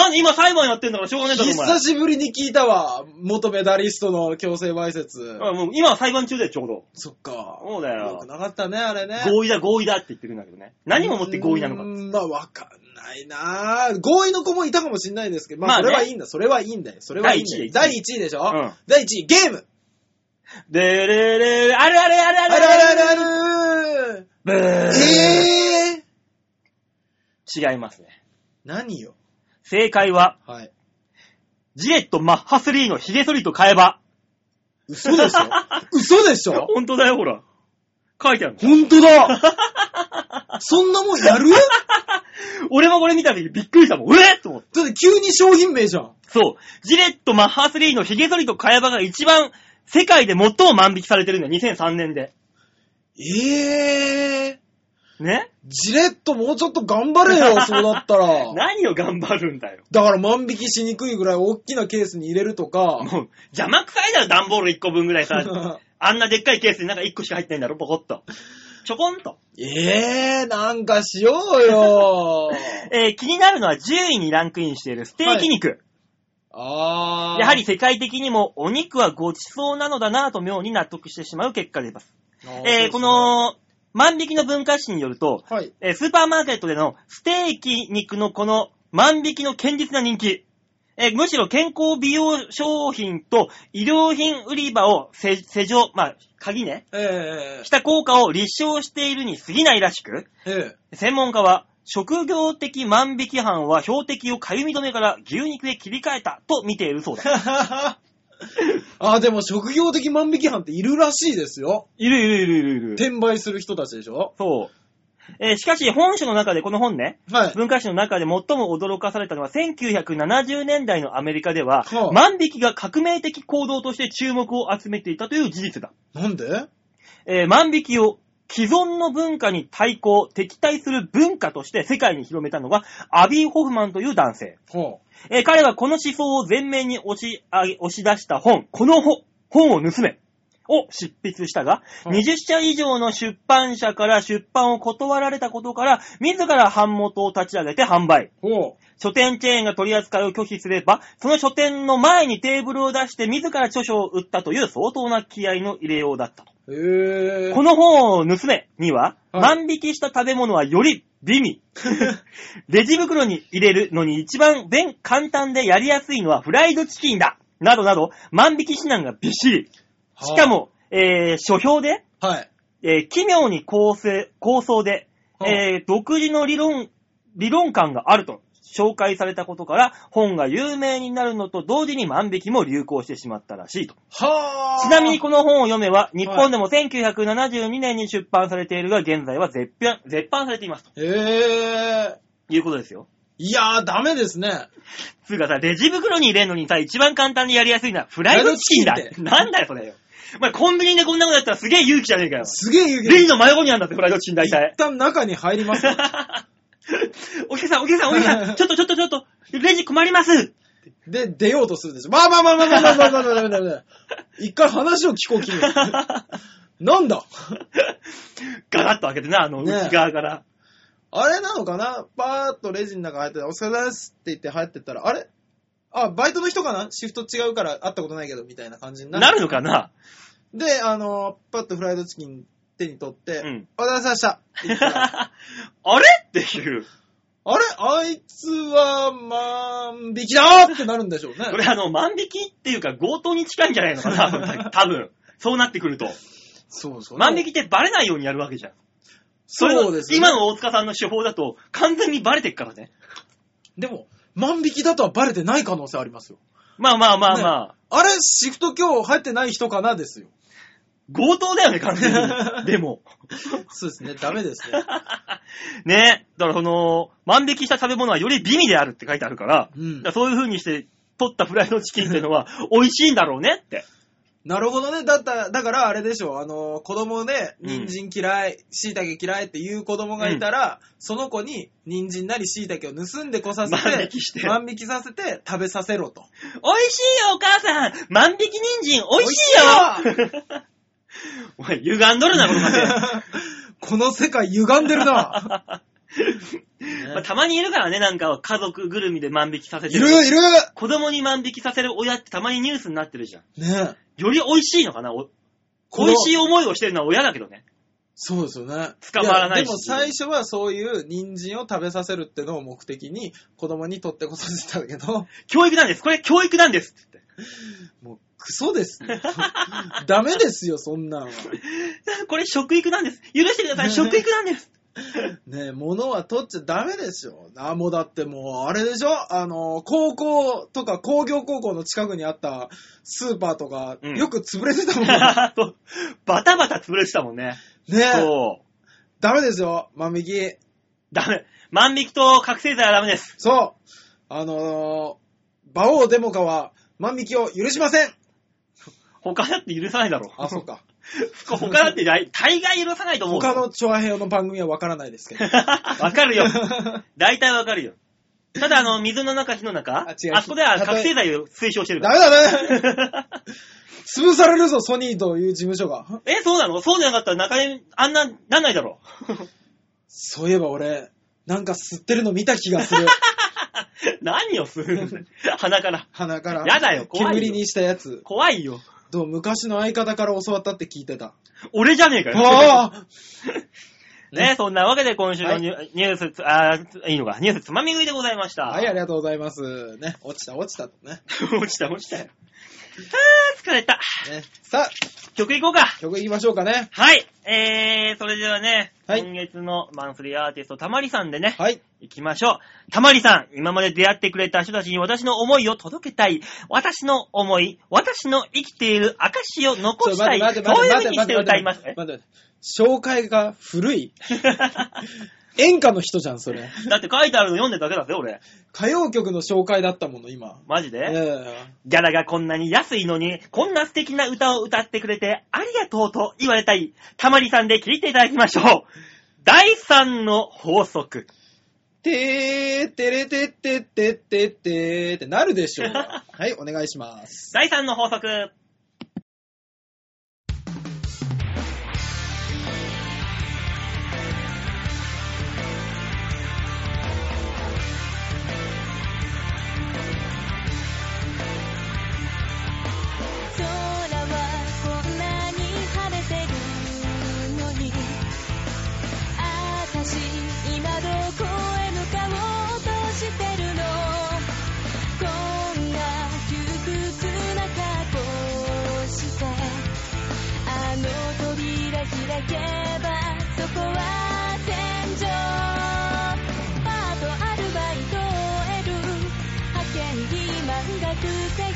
んで今裁判やってんだからしょうがねえだろ、お前
久。しぶりに聞いたわ元メダリストの強制わいせつ。
あもう今は裁判中だよ、ちょうど。
そっか。
そうだよ
よくなかったね、あれね。
合意だ、合意だって言ってくるんだけどね。何をもって合意なのか
う。ーんまあ、わかんないなぁ合意の子もいたかもしんないですけど、まあ、
まあ
そ
ね
れはいいんだ、それはいいんだよ。それはいいんだよ。第
第
1位でしょ、
うん
第1位、ゲーム
でれれれ、あるあるある
あ
あるあ
るあ
る
るあるある
ブー
えぇ、ー、
違いますね。
何よ
正解は、
はい。
ジレットマッハ3のヒゲ剃りと替え刃。
嘘でしょ嘘でしょ
本当だよ、ほら。書いてある。
本当だそんなもんやるだ
俺もこれ見た時びっくりしたもん。うえっと思って。
って急に商品名じゃん。
そう。ジレットマッハ3のヒゲ剃りと替え刃が一番、世界で最も万引きされてるんだよ、2003年で。
えぇ、ー、
ね
ジレットもうちょっと頑張れよ、そうだったら。
何を頑張るんだよ。
だから万引きしにくいぐらい大きなケースに入れるとか。
もう、邪魔くさいだろ、段ボール1個分ぐらいさ。あんなでっかいケースになんか1個しか入ってないんだろ、ポコッと。ちょこんと。
ええー、なんかしよう よ
えー気になるのは10位にランクインしているステーキ肉。
あー。
やはり、世界的にもお肉はごちそうなのだなぁと妙に納得してしまう結果でます。えーこ、の、万引きの文化史によると、
はい。
えースーパーマーケットでのステーキ肉のこの万引きの堅実な人気。えーむしろ健康美容商品と医療品売り場を施施錠、まあ、鍵ね、
え
した効果を立証しているに過ぎないらしく、
ー、 え
専門家は、職業的万引き犯は標的をかゆみ止めから牛肉へ切り替えたと見ているそうだ。
ー。あー、でも職業的万引き犯っているらしいですよ。
いるいるいるいるいる。
転売する人たちでしょ
そう。えーしかし本書の中で、この本ね、
はい。
文化史の中で最も驚かされたのは1970年代のアメリカでは、
はあ
万引きが革命的行動として注目を集めていたという事実だ。
なんで
えー万引きを既存の文化に対抗、敵対する文化として世界に広めたのがアビー・ホフマンという男性。
ほ
えー彼はこの思想を前面に押し上げ押し出した本、この本本を盗めを執筆したが、
うん
20社以上の出版社から出版を断られたことから、自ら版元を立ち上げて販売。
う。ほ
書店チェーンが取り扱いを拒否すれば、その書店の前にテーブルを出して自ら著書を売ったという相当な気合の入れようだったと。
う。 へえー。
この本を盗めには、
はい
万引きした食べ物はより美 味。レジ袋に入れるのに一番便簡単でやりやすいのはフライドチキンだ。などなど、万引き指南がびっしり。
はあ
しか、も、えー書評で、
はい。
えー奇妙に構成、構想で、
はあ
えー独自の理論、理論感があると紹介されたことから、本が有名になるのと同時に万引きも流行してしまったらしいと。
はあ。
ちなみにこの本を読めは、日本でも1972年に出版されているが、現在は絶版、絶版されていますと
ええー。
いうことですよ。
いやー、ダメですね。
つうかさ、レジ袋に入れるのにさ、一番簡単でやりやすいのはフライドチキンだ
フライドチ。キンっ
なんだよ、それよ。お前、コンビニでこんなことやったらすげえ勇気じゃねえかよ。
すげえ言うけど
レジの真横にあるんだって、フライドチキン大体
一。 旦中に入りますよ。
お客さん、お客さん、お客 さん、ちょっとちょっとちょっと、レジ困ります
で、出ようとするでしょ。まあまあまあまあまあまあまあまあまあまあまあ一回話を聞こう、君。なんだ
ガラッと開けてな、あの、
ねえ
内側から。
あれなのかなパーッとレジの中入って、お疲れ様ですって言って入ってったら、あれあ、バイトの人かなシフト違うから会ったことないけど、みたいな感じになる。
なるのかな
で、あのー、パッとフライドチキン手に取って、
うん
お疲れ様でした。って言った ら
あれっていう。
あれあいつは万引きだーってなるんでしょうね。
これあの、万引きっていうか強盗に近いんじゃないのかな多分。そうなってくると。
そうそう。
万引きってバレないようにやるわけじゃん。れの
そうです、ね。
今の大塚さんの手法だと完全にバレてっからね。
でも、万引きだとはバレてない可能性ありますよ。
まあまあまあまあ。
あれ、シフト今日入ってない人かなで すよ。
強盗だよね、完全 に。でも。
そうですね、ダメです ね。
ね。だからその、万引きした食べ物はより美味であるって書いてあるから、
うん
だからそういう風にして、取ったフライドチキンっていうのは 美味しいんだろうねって。
なるほどね。だった、だからあれでしょ、あの、子供で、
うん
人参嫌い、椎茸嫌いっていう子供がいたら、その子に、人参なり椎茸を盗んでこさせて、
万引きして
万引きさせて、食べさせろと。
美味しいよ、お母さん万引き人参美味しいよ お前、歪んどるな、この家庭。
この世界歪んで るな。
まあ、たまにいるからね、なんか家族ぐるみで万引きさせ
い
てる。
るいる
子供に万引きさせる親ってたまにニュースになってるじゃん。
ねえ。
より美味しいのかなお
この
美味しい思いをしてるのは親だけどね。
そうですよね。
捕まらないし
やでも最初はそういう人参を食べさせるってのを目的に子供に取ってこさせたけど、
教育なんです。これ教育なんです。って
もうクソで すね。ダメですよ、そんなんは。
言って これ食育なんです。許してくだ さい。食育なんです。
ねえ、物は取っちゃダメですよ。あ、もうだってもう、あれでしょあの、高校とか工業高校の近くにあったスーパーとか、
うん
よく潰れてたも ん。ね
そうバタバタ潰れてたもんね。
え、
そう。
ダメですよ、万引き。
ダメ。万引きと覚醒剤はダメです。
そう。あのー、馬王デモカは万引きを許しません。
他だって許さないだろ。
あ、そ うか。
他だって大大概許さないと思う。
他のチョアヘヨの番組はわからないですけど。
わかるよ。大体わかるよ。ただ、あ の、水の中、火の中、
あ違う
あそこでは
例え
覚醒剤を推奨してるから。
ダメだダメだ潰されるぞ、ソニーという事務所が。
え、そうなのそうじゃなかったら中に、あんな、なんないだ ろ
そういえば俺、なんか吸ってるの見た気がする。
う。何をする んだよ鼻から。
鼻から。
やだよ怖いよ
煙にしたやつ。
怖いよ。
どう昔の相方から教わったって聞いてた。
俺じゃねえかよ。
ああ
ね、そんなわけで今週のニュ,、ニュースつ、あーいいのか、ニュースつまみ食いでございました。
はい、ありがとうございます。ね、落ちた落ちたとね。
落ちた落ちたよ。あー、疲れた。
ねさあ、
曲いこうか。
曲いきましょうかね。
はい。えー、それではね、
はい
今月のマンスリーアーティスト、たまりさんでね、
はい。
行きましょう。たまりさん、今まで出会ってくれた人たちに私の思いを届けたい。私の思い、私の生きている証を
ち
残
ょ
したい。
待って待
そう
っ
い
て
う風
待って
にして
待って
歌います。
待って待って紹介が古い。演歌の人じゃん、それ。
だって書いてあるの読んでるだけだぜ、俺。
歌謡曲の紹介だったもの、今。
マジで、
え
ギャラがこんなに安いのに、こんな素敵な歌を歌ってくれてありがとうと言われたい。たまりさんで聴いていただきましょう。第3の法則。
えてー、てれてってってってってーってなるでしょうが。はい、お願いします。
第3の法則。
空はこんなに晴れてるのにあたし今どこへ向かおうとしてるのこんな窮屈な格好してあの扉開けばそこは天井パートアルバイトを得る派遣リーマン学生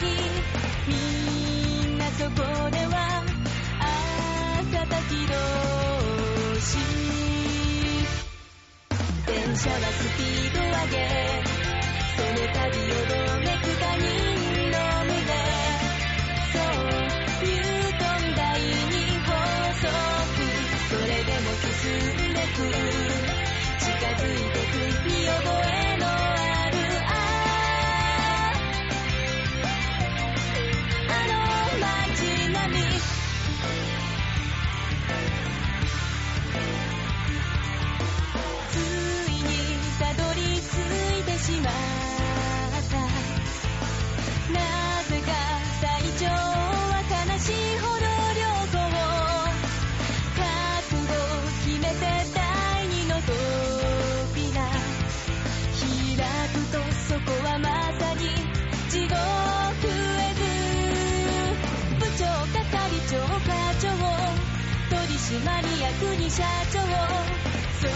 みんなそこでは朝叩き同士電車はスピード上げその度よどめく他人の目でそうニュートン第二法則それでも進んでく近づいてく見覚えのあるああの街並みついにたどり着いてしまったなぜか体調は悲しいほど良好覚悟決めて第二の扉開くとそこはまさに地獄絵図部長係長課長取締役に社長そ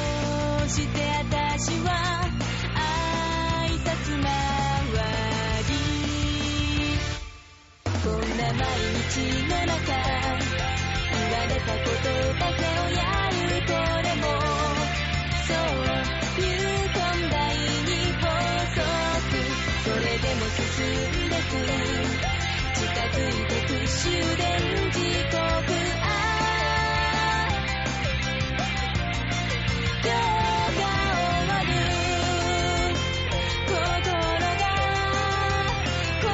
うして私は挨拶回りこんな毎日の中言われたことだけをやるこれもそうニュートン第二法則それでも進んでく近づいてく終電時刻ああ今日が終わる心が壊れ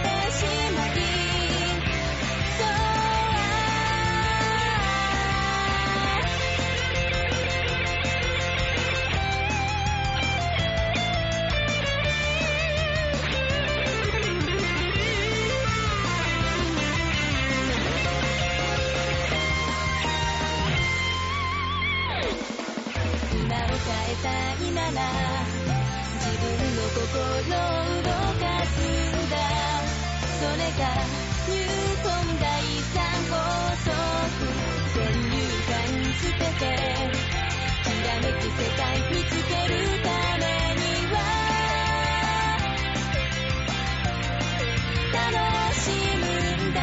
てしまいそうああ今を変えたいなら自分の心を動かすんだそれがニュートン第三法則先入観捨ててきらめく世界見つけるためには楽しむんだ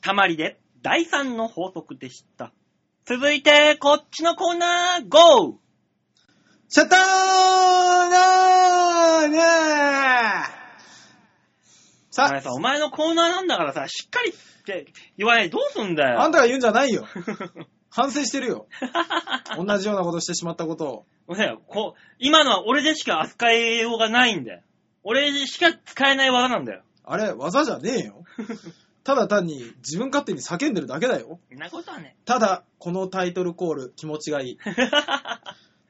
たまりで第3の法則でした。続いて、こっちのコーナー、GO!
シャッターいねさ
お前さ、お前のコーナーなんだからさ、しっかりって言わないどうすんだよ。
あ んたが言うんじゃないよ。反省してるよ。同じようなことしてしまったことを。
お前こう、今のは俺でしか扱いようがないんだよ。俺しか使えない技なんだよ。
あれ、技じゃねえよ。ただ単に自分勝手に叫んでるだけだよ。
そんなことはね。
ただ、このタイトルコール、気持ちがい い。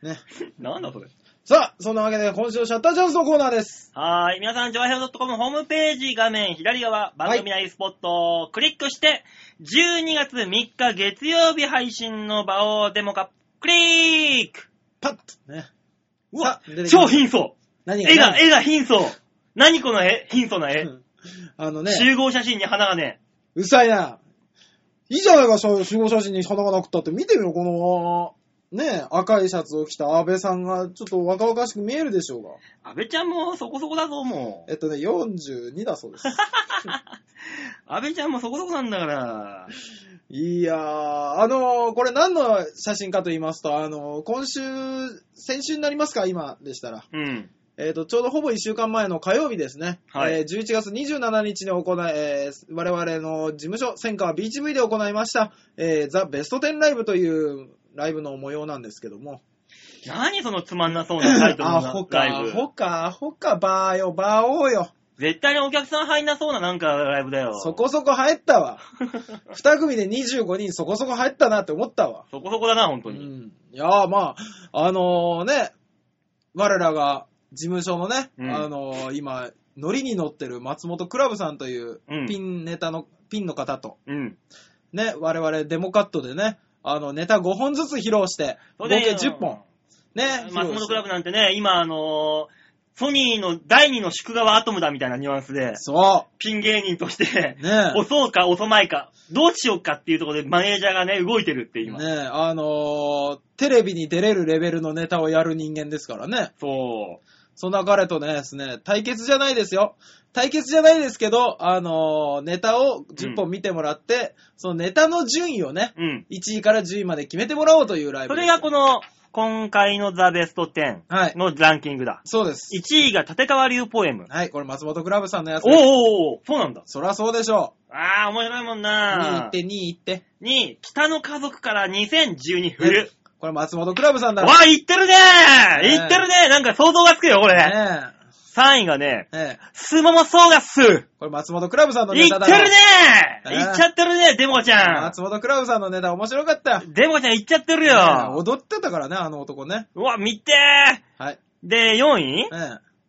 ね。
なんだそれ。
さあ、そんなわけで今週のシャッターチャンスのコーナーです。
はーい。皆さん、ジョアヘオ .com ホームページ画面左側、番組内スポットをクリックして、12月3日月曜日配信の場をデモか、クリック
パッとね。
うわ
さあ出てきました
超貧相
何が
絵が、絵が貧相何この絵貧相な絵、
うんあのね、
集合写真に花がね、
うるさいな。いいじゃないか、そう集合写真に花がなくったって。見てみよ、この、ねえ、赤いシャツを着た安倍さんが、ちょっと若々しく見えるでしょうが。
安倍ちゃんもそこそこだぞ、もう。
えっとね、42だそ うです。
安倍ちゃんもそこそこなんだから。
いやー、あのーこれ何の写真かと言いますと、あのー今週、先週になりますか、今でしたら。
うん。
えっ、と、ちょうどほぼ1週間前の火曜日ですね。
はい
えー11月27日に行い、えー我々の事務所、千川ビーチ V で行いました、えー、ザ・ベスト10ライブというライブの模様なんですけども。
何そのつまんなそうなタイトル
あ、
の
ほか、
ライブ
ほ。か、ほか、バーよ、バー王よ。
絶対にお客さん入んなそうななんかライブだよ。
そこそこ入っ たわ。二組で25人そこそこ入ったなって思ったわ。
そこそこだな、本当
う
に。
ん。いやー、まあ、あのーね、我らが事務所のね、
うん
あのー今、ノリに乗ってる松本クラブさんという
うん
ピンネタの、ピンの方と、
うん。
ね、我々デモカットでね、あの、ネタ5本ずつ披露して、合
で
計10本。。ね、
松本クラ
ブ。
ブなんてね、今あのーソニーの第二の宿川アトムだみたいなニュアンスで、
そ
ピン芸人として
う。、ね
押そうか押さないか、どうしようかっていうところでマネージャーがね、動いてるって今。
ねえ、あのーテレビに出れるレベルのネタをやる人間ですからね。
そ
そんな彼とね、ですね、対決じゃないですよ。対決じゃないですけど、あのーネタを10本見てもらって、そのネタの順位をね、
う。うん。
1位から10位まで決めてもらおうというライ
そ
ブで
れ
す。
がこの、今回のザ・ベスト10
はい。
のランキングだ。
そうです。
1位が立川流ポエム。
はい、これ松本クラブさんのやつ
おー
です。
おーおーそうなんだ。
そらそうでしょ
あー、面白いもん
う。2位行
な
って、2位行って。
2位、北の家族から2012振る。
これ松本クラブさんだ。
わあ、言ってるね
ねえ
ー言ってるねーなんか想像がつくよ、これ。
ね
3位がね、
え。ねえ。
スモモソーガス言って
これ松本クラブさんの
る
ネ
ね
タだ。
ー
ねえ
言っちゃってるねデモちゃ
松本クラブさんのネタ面白かった。
んデモちゃん言っちゃってる
ねえ
よ
踊ってたからね、あの男ね。
うわ、見てー
はい。
で、4位
ええ。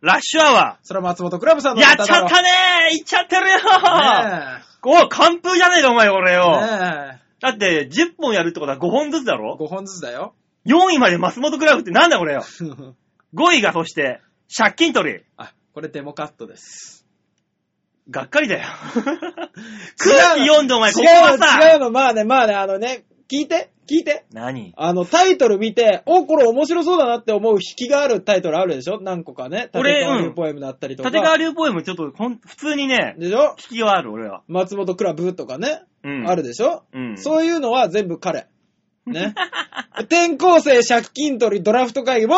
ラッシュアワ
それは松本クラブさん
ー
の
や
ネ
っちゃ
タ
っ
だろ。
たねー言っちゃってるよー
ねえ。
おい、完封じゃねえか、お前、これよ
ね
だって、10本やるってことは5本ずつだ
え、
ろ
5本ずつだよ。
?4 位まで松本クラブってなんだ、これよ5位がそして、借金取り。
あ、これデモカットです。
がっかりだよ。 空気読んでお前、ここ
違
は
うの、違
さ。
うの、まあね、まあね、あのね、聞いて、聞いて。
何
あの、タイトル見て、お、これ面白そうだなって思う引きがあるタイトルあるでしょ何個かね。
これ
立川
う
流
ん
ポエムだったりとか。
立川流ポエム、ちょっとほん、普通にね、
でしょ
聞きはある、俺は。
松本クラブとかね、
うん。
ある。でしょ、
うん。
そういうのは全部彼。 ね。転校生借金取りドラフト会議。もう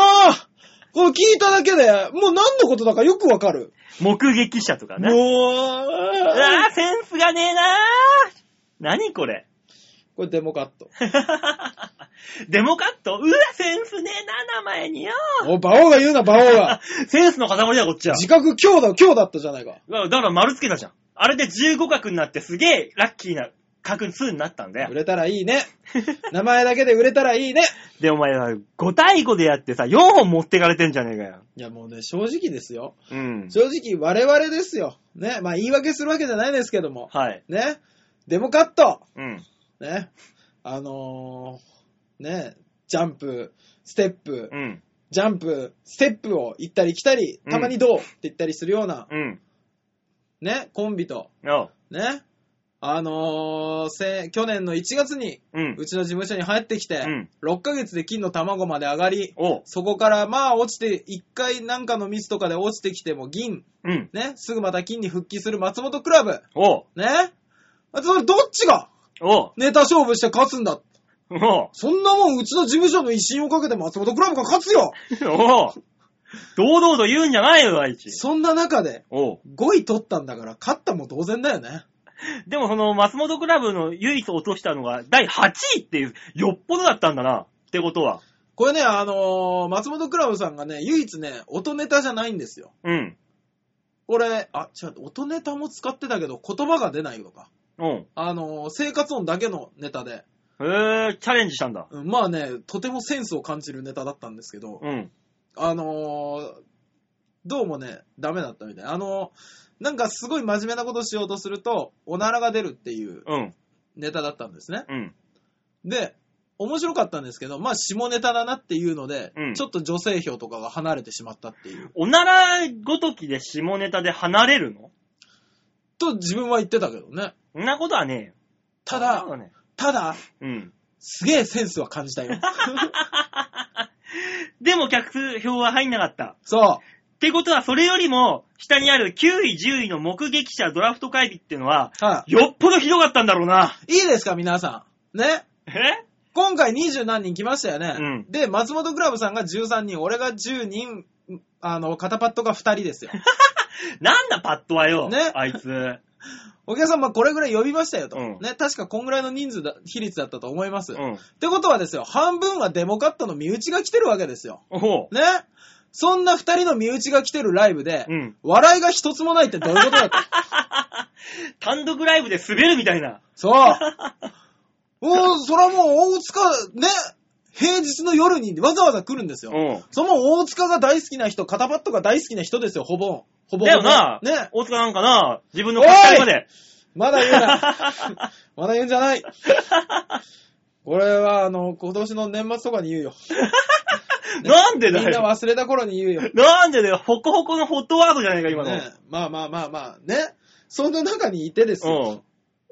これ聞いただけで、もう何のことだかよくわかる。
目撃者とかね。
もう
うわぁ、センスがねえなぁ。何これ。
これデモカット。
デモカットうわ、センスねえな、名前によ。
お、馬王が言うな、馬王が。
センスの塊だ、こっちは。
自覚強だ、強だったじゃないか。
うわだから丸つけたじゃん。あれで15角になってすげえラッキーな角2になったんだよ
売。れたらいいね。名前だけで売れたらいいね。
で、お前は5対5でやってさ、4本持ってかれてんじゃねえかよ。
いや、もうね、正直ですよ。
うん。
正直、我々ですよ。ね。まあ、言い訳するわけじゃないですけども。
はい。
ね。デモカット。
うん。
ね。あのー、ね。ジャンプ、ステップ、
うん。
ジャンプ、ステップを行ったり来たり、たまにどうって言ったりするような、
うん。
ね、コンビと、
お
ね。あのー、せ去年の1月に
うん。
うちの事務所に入ってきて、
うん
6ヶ月で金の卵まで上がり、
おう。
そこからまあ落ちて、1回なんかのミスとかで落ちてきても銀、
うん。
ね、すぐまた金に復帰する松本クラブ、
おう。
ね。あそれどっちが
おう。
ネタ勝負して勝つんだ
おう。
そんなもんうちの事務所の威信をかけて松本クラブが勝つよ
おう。堂々と言うんじゃないよ、大地。
そんな中で、
おう
5位取ったんだから、勝ったも同然だよね。
でもその松本クラブの唯一落としたのが第8位っていう、よっぽどだったんだな。ってことは。
これね、あのー松本クラブさんがね、唯一ね、音ネタじゃないんですよ。
うん。
これ、あ、違う、音ネタも使ってたけど、言葉が出ないのか。
うん。
あのー生活音だけのネタで、
へえ、チャレンジしたんだ。
うんまあね、とてもセンスを感じるネタだったんですけど、
うん。
あのーどうもね、ダメだったみたい。あのーなんかすごい真面目なことしようとすると、おならが出るっていう
うん。
ネタだったんですね。
うん。
で、面白かったんですけど、まあ、下ネタだなっていうので、
うん
ちょっと女性票とかが離れてしまったっていう。
おならごときで下ネタで離れるの
と、自分は言ってたけどね。
そんなことはねえよ。
た
そ
だ
んなこと、はね
ただ、
えうん。
すげえセンスは感じたよ。
でも客数票は入んなかった。
そ
ってことは、それよりも、下にある9位、10位の目撃者ドラフト会議っていうのは、
う。は
よっぽどひどかったんだろうな。
い。いいですか、皆さん。ね。
え
今回20何人来ましたよね。
うん
で、松本クラブさんが13人、俺が10人、あの、肩パッドが2人で すよ。
なんだパッドはよ、
ね
あい つ。う
お客様、これぐらい呼びましたよと。
うん
ね、確かこんぐらいの人数だ、比率だったと思います。っ
ん。
てことはですよ、半分はデモカットの身内が来てるわけですよ。
おほ
ね。そんな2人の身内が来てるライブで、
うん
笑いが一つもないってどういうことだった
う単独ライブで滑るみたいな。
そう。おーそらもう大塚、ね、平日の夜にわざわざ来るんですよ。
うん。
その大塚が大好きな人、肩パッドが大好きな人ですよ、ほぼ。ほぼほぼ。
だよな、
ね。
大塚なんかな、自分の勝手まで。
まだ言うな。まだ言うんじゃない。これは、あの、今年の年末とかに言うよ。
なんで
みん
だ
な
よ。
忘れた頃に言うよ。
なんでだよ。ホコホコのホットワードじゃないか、今の。
ね、まあまあまあまあ、ね。そんな中にいてですよ。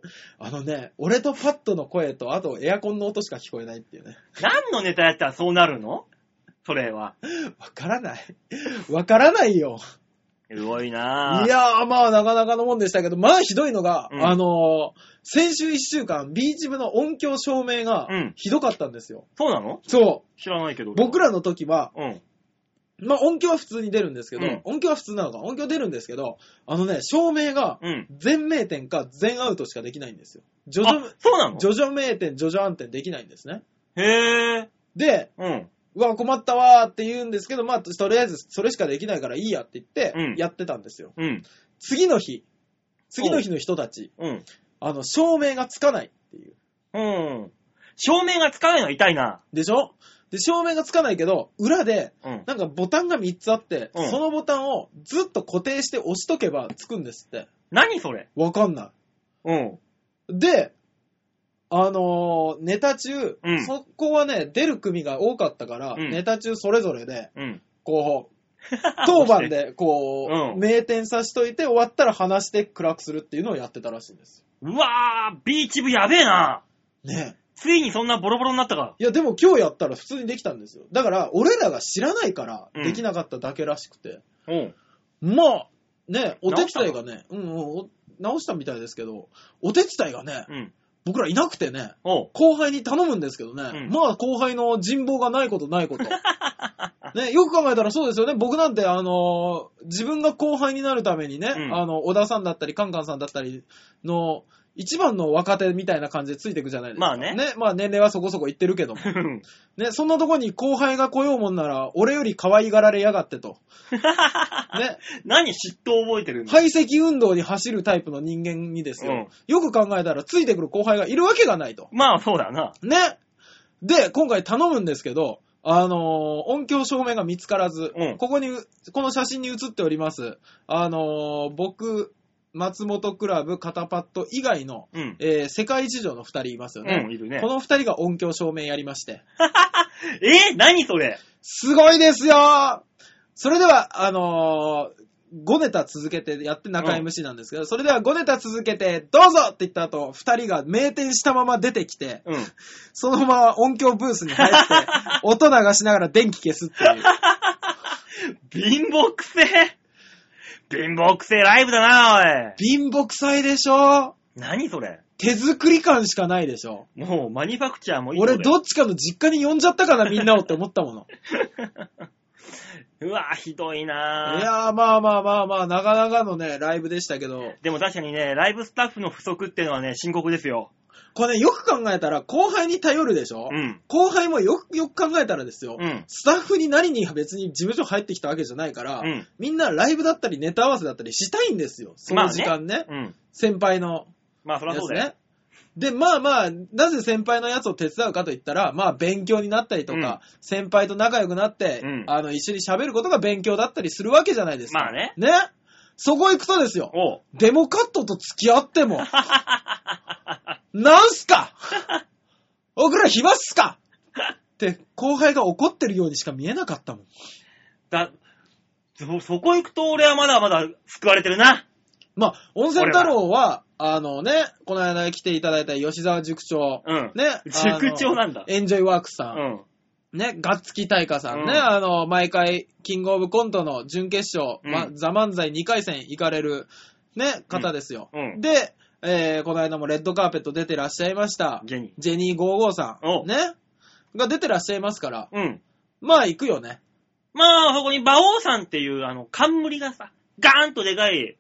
うん。
あのね、俺とパッドの声と、あとエアコンの音しか聞こえないっていうね。
何のネタやったらそうなるのそれは。
わからない。 わからないよ。
すごいないぁ。
やー、まあ、なかなかのもんでしたけど、まあ、ひどいのが、
うん
あのー先週1週間、ビーチ部の音響照明が
うん、
ひどかったんですよ。
そうなの
そ
知らないけど。
う。僕らの時は、
うん。
まあ、音響は普通に出るんですけど、
うん
音響は普通なのか、音響出るんですけど、あのね、照明が、
うん。
全名点か全アウトしかできないんですよ。ジョジ
あ
ョ、、
そうなの
ジョジョ名点、ジョジョ暗点できないんですね。
へぇ
で、
ー。うん。
うわ、困ったわーって言うんですけど、まあ、とりあえず、それしかできないからいいやって言って
うん、
やってたんですよ。
うん。
次の日、次の日の人たち、
うん。
あの、照明がつかないっていう。
うん。照明がつかないのは痛いな。
でしょで、照明がつかないけど、裏で、
うん。
なんかボタンが3つあって、
うん
そのボタンをずっと固定して押しとけばつくんですって。
何それ
わかんな
うん。
い。で、あのーネタ中、
うん
そこはね、出る組が多かったから、
うん
ネタ中それぞれで、
うん。
こう、当番で、こ
う
う、
ん
名店さしといて、終わったら話して暗くするっていうのをやってたらしいんです
うわぁ、ビーチ部やべえな
よ。ねえ。
ついにそんなボロボロになったか。
いや、でも今日やったら普通にできたんですよ。だから、俺らが知らないから、
うん
できなかっただけらしくて。
うん。
まあ、ね、お手伝いがね、うんうん、お直したみたいですけど、お手伝いがね、
うん。
僕らいなくてね、
おう。
後輩に頼むんですけどね、
うん
まあ後輩の人望がないことな いこと。ね、よく考えたらそうですよね。僕なんて、あのー自分が後輩になるためにね、
うん
あの、小田さんだったり、カンカンさんだったりの、一番の若手みたいな感じでついていくじゃないですか。
まあね
ね、まあ年齢はそこそこいってるけども。ね、そんなとこに後輩が来ようもんなら、俺より可愛がられやがっ てと。ね、
何嫉妬覚えてるんだ
排斥運動に走るタイプの人間にですよ。
うん
よく考えたら、ついてくる後輩がいるわけがないと。
まあそうだな。
ね。で、今回頼むんですけど、あのー音響照明が見つからず、
うん
ここに、この写真に写っております、あのー僕、松本クラブ、肩パッド以外の、
うん。
えー世界一上の2人いますよ
うん、
ね。
いるね
こ。の2人が音響照明やりまして。
えー何それ
すごいですよそれでは、あのー、5ネタ続けてやって中 MC なんですけど、それでは5ネタ続けて、どうぞって言った後、2人が名店したまま出てきて、
うん。
そのまま音響ブースに入 って、音流しながら電気消すっていう。
貧乏くせえ貧乏くせえライブだな、おい。
貧乏臭いでしょ
何それ
手作り感しかないでしょ
もう、マニファクチャーもいい
俺どっちかの実家に呼んじゃったかな、みんなをって思ったもの。
うわぁ、ひどいないぁ。
やー、まあまあまあまあ、なかなかのね、ライブでしたけど、
でも確かにね、ライブスタッフの不足っていうのはね、深刻ですよ。
これね、よく考えたら、後輩に頼るでしょ、
うん。
後輩もよくよく考えたらですよ、
うん。
スタッフに何に別に事務所入ってきたわけじゃないから、
うん
みんなライブだったりネタ合わせだったりしたいんですよ、そ
ま
の
あね
時間ね。
うん。
先輩の
まあ、そ
や
らそう
つ
だよ。
ね。で、まあまあ、なぜ先輩のやつを手伝うかと言ったら、まあ勉強になったりとか、
うん
先輩と仲良くなって、
うん
あの、一緒に喋ることが勉強だったりするわけじゃないですか。
まあね
ねそこ行くとですよ、
おう。
デモカットと付き合っ ても、なんすか僕ら暇っすかって後輩が怒ってるようにしか見えなかったもん。
だ、そ、そこ行くと俺はまだまだ救われてるな。
まあ、温泉太郎は、あのね、この間来ていただいた吉沢塾長、
うん。
ね、あの
塾長なんだ。
エンジョイワーク
う
さん、
ん。
ね、ガッツキ大家さんね、
うん
あの、毎回、キングオブコントの準決勝、
うん
ま、ザ漫才2回戦行かれる、ね、方ですよ。
うんうん
で、えー、この間もレッドカーペット出てらっしゃいました。
ジェニー。
ジェニー55さ
お
ん、ね、が出てらっしゃいますから、
うん。
まあ行くよね。
まあ、そこに馬王さんっていう、あの、冠がさ、ガーンとでかい、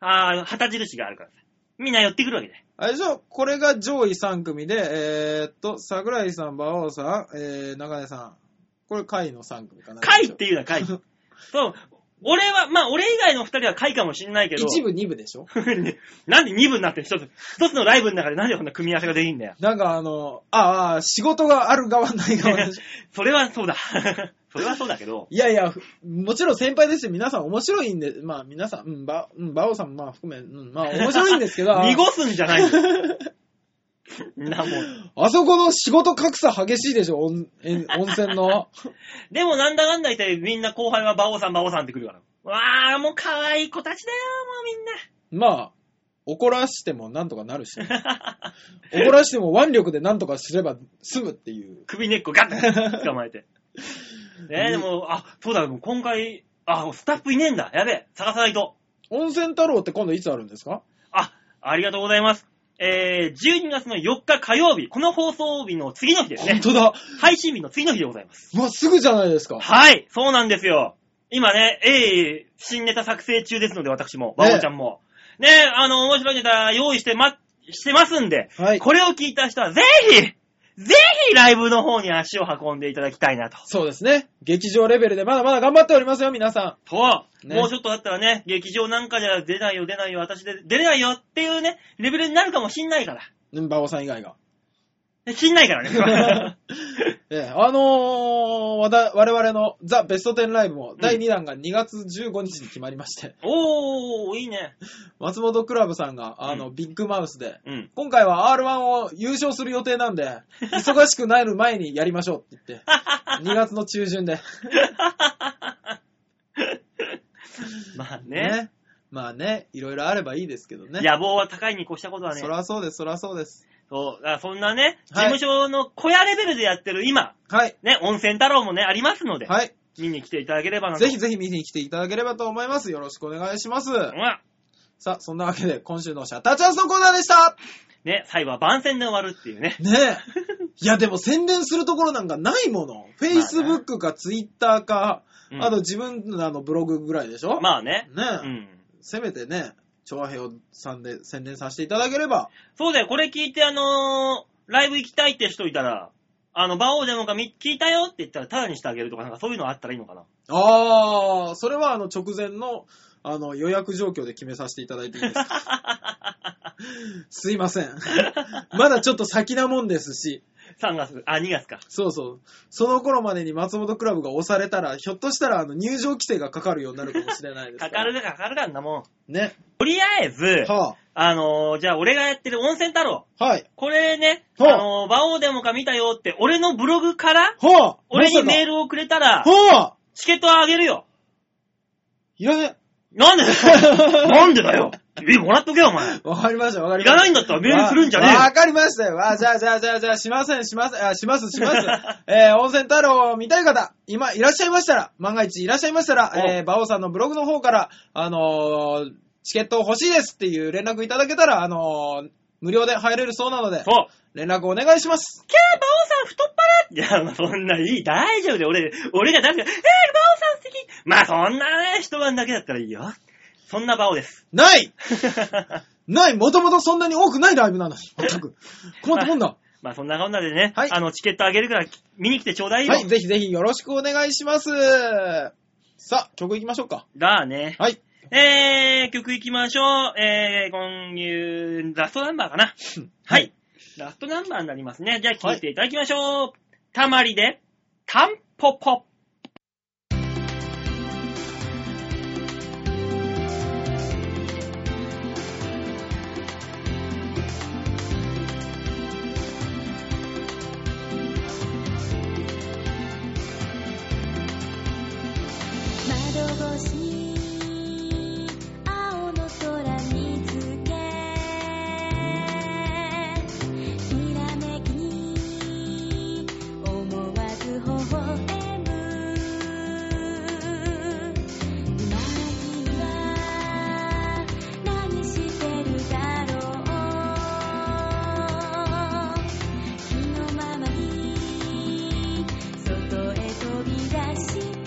あー旗印があるからさ。みんな寄ってくるわけだよ。
あれでしょこれが上位3組で、えー、っと、桜井さん、馬王さん、えー、中根さん。これ、下位の3組かな。
貝っていうのは貝。そう。俺は、まあ、俺以外の二人は貝かもしんないけど。
一部、二部でしょ
なんで2部になって一つ、一つのライブの中でなんでこんな組み合わせができんだよ。
なんかあの、ああ、仕事がある側ない側でしょ
それはそうだ。 それはそうだけど。
いやいや、ふもちろん先輩ですよ。皆さん面白いんで、まあ皆さん、うん、ば、うん、馬王さんもまあ含め、うん、まあ面白いんですけど、
濁すんじゃないよ。な、も う。
あそこの仕事格差激しいでしょ、温え温泉の。
でもなんだかんだ言ってみんな後輩は馬王さん馬王さんって来るから。わあ、もう可愛い子たちだよ、
まあ、怒らしてもなんとかなる し、
もうみんな。
怒らしても腕力でなんとかすれば済むっていう。
首根っこガッと捕まえ て。ねえ、でも、あ、そうだ、もう今回、あ、スタッフいねえんだ。やべえ、探さないと。
温泉太郎って今度いつあるんですか
あ、ありがとうございます。えー、12月の4日火曜日、この放送日の次の日です
本
ね。
当だ。
配信日の次の日でございます。
うわ、すぐじゃないですか。
はい、そうなんですよ。今ね、えー、新ネタ作成中ですので、私も、
ね
バオちゃんも。ね、あの、面白いネタ用意してま、してますんで、
はい。
これを聞いた人は、ぜひ、ぜひライブの方に足を運んでいただきたいなと。
そうですね。劇場レベルでまだまだ頑張っておりますよ、皆さ
と、
ね
もうちょっとだったらね、劇場なんかじゃ出ないよ、出ないよ、私で出れないよっていうね、レベルになるかもしんないから。
ん。うん、馬王さん以外が。
しんないから ね。
ええ、あのー、わだ我々のザ・ベスト10ライブも
ん
第2弾が2月15日に決まりまして、
おー、いいね。
松本クラブさんがあの、
う
ビッグマウスで、
うん。
今回は R1 を優勝する予定なんで、忙しくなる前にやりましょうっ て言って、2月の中旬で。
まあね。
まあね、いろいろあればいいですけどね。
野望は高いに越したことはね
そ。らそうです、そらそうです。
そう。だからそんなね、事
はい
務所の小屋レベルでやってる今、
はい。
ね、温泉太郎もね、ありますので、
はい。
見に来ていただければなと。
ぜひぜひ見に来ていただければと思います。よろしくお願いします。
うんわ
さあ、そんなわけで今週のシャッターチャンスのコーナーでした
ね、最後は番宣で終わるっていうね。
ねえ。いや、でも宣伝するところなんかないもの。Facebook か Twitter か、
うん
あと自分のあのブログぐらいでしょ、
まあね。う
ねえ、
ん。
せめてね、長平さんで宣伝させていただければ。
そうだよ、これ聞いて、あのーライブ行きたいって人いたら、あの、バオーデモがみ聞いたよって言ったら、タダにしてあげるとか、なんかそういうのあったらいいのかな。
ああ、それはあの直前のあの予約状況で決めさせていただいていいですか すいません。まだちょっと先なもんですし。
3月、あ、2月か。
そうそう。その頃までに松本クラブが押されたら、ひょっとしたらあの入場規制がかかるようになるかもしれないです
かか
ら
るかかるかんなもん。
ね。
とりあえず、
は
あのーじゃあ俺がやってる温泉太郎。
あ。はい。
これね、あ
ほう
のー、バオーデモか見たよって、俺のブログから、
はあ
俺にメー
ル。
ルをくれたら、
はあ
チケットをあげるよ。
いらね
なんで なんでだよ。え、もらっとけよ、お前。
わかりました、わか
い
りました。
らないんだったらメールするんじゃねえ
わ
よ
わ。かりましたよ。あ、じゃあ、じゃあ、じゃあ、じゃあ、しません、しません、あ、します、し ます。えー温泉太郎を見たい方、今、いらっしゃいましたら、万が一いらっしゃいましたら、
お
えー、馬王さんのブログの方から、あのーチケット欲しいですっていう連絡いただけたら、あのー無料で入れるそうなの
そ、
で
う。
連絡お願いします。
キャー、バオさん太っ腹いや、そんないい、大丈夫で、俺、俺が誰か、えー、バオさん的に、まあそんなね、一晩だけだったらいいよ。そんなバオ です。
ないないもともとそんなに多くないライブなのに。全く。困ったもんだ。
まあそんなこんなでね、
はい
あの、チケットあげるから見に来てちょうだいよ。
はい、ぜひぜひよろしくお願いします。さあ、曲いきましょうか。
だね。
はい。
えー、曲いきましょう。えー、今週、ラストナンバーかな。 は。
はい
ラストナンバーになりますね。じゃあ聴いていただきましょう。たまりで、タンポポ。
窓越し青の空見つけひらめきに思わず微笑む今君は何してるだろう気のままに外へ飛び出した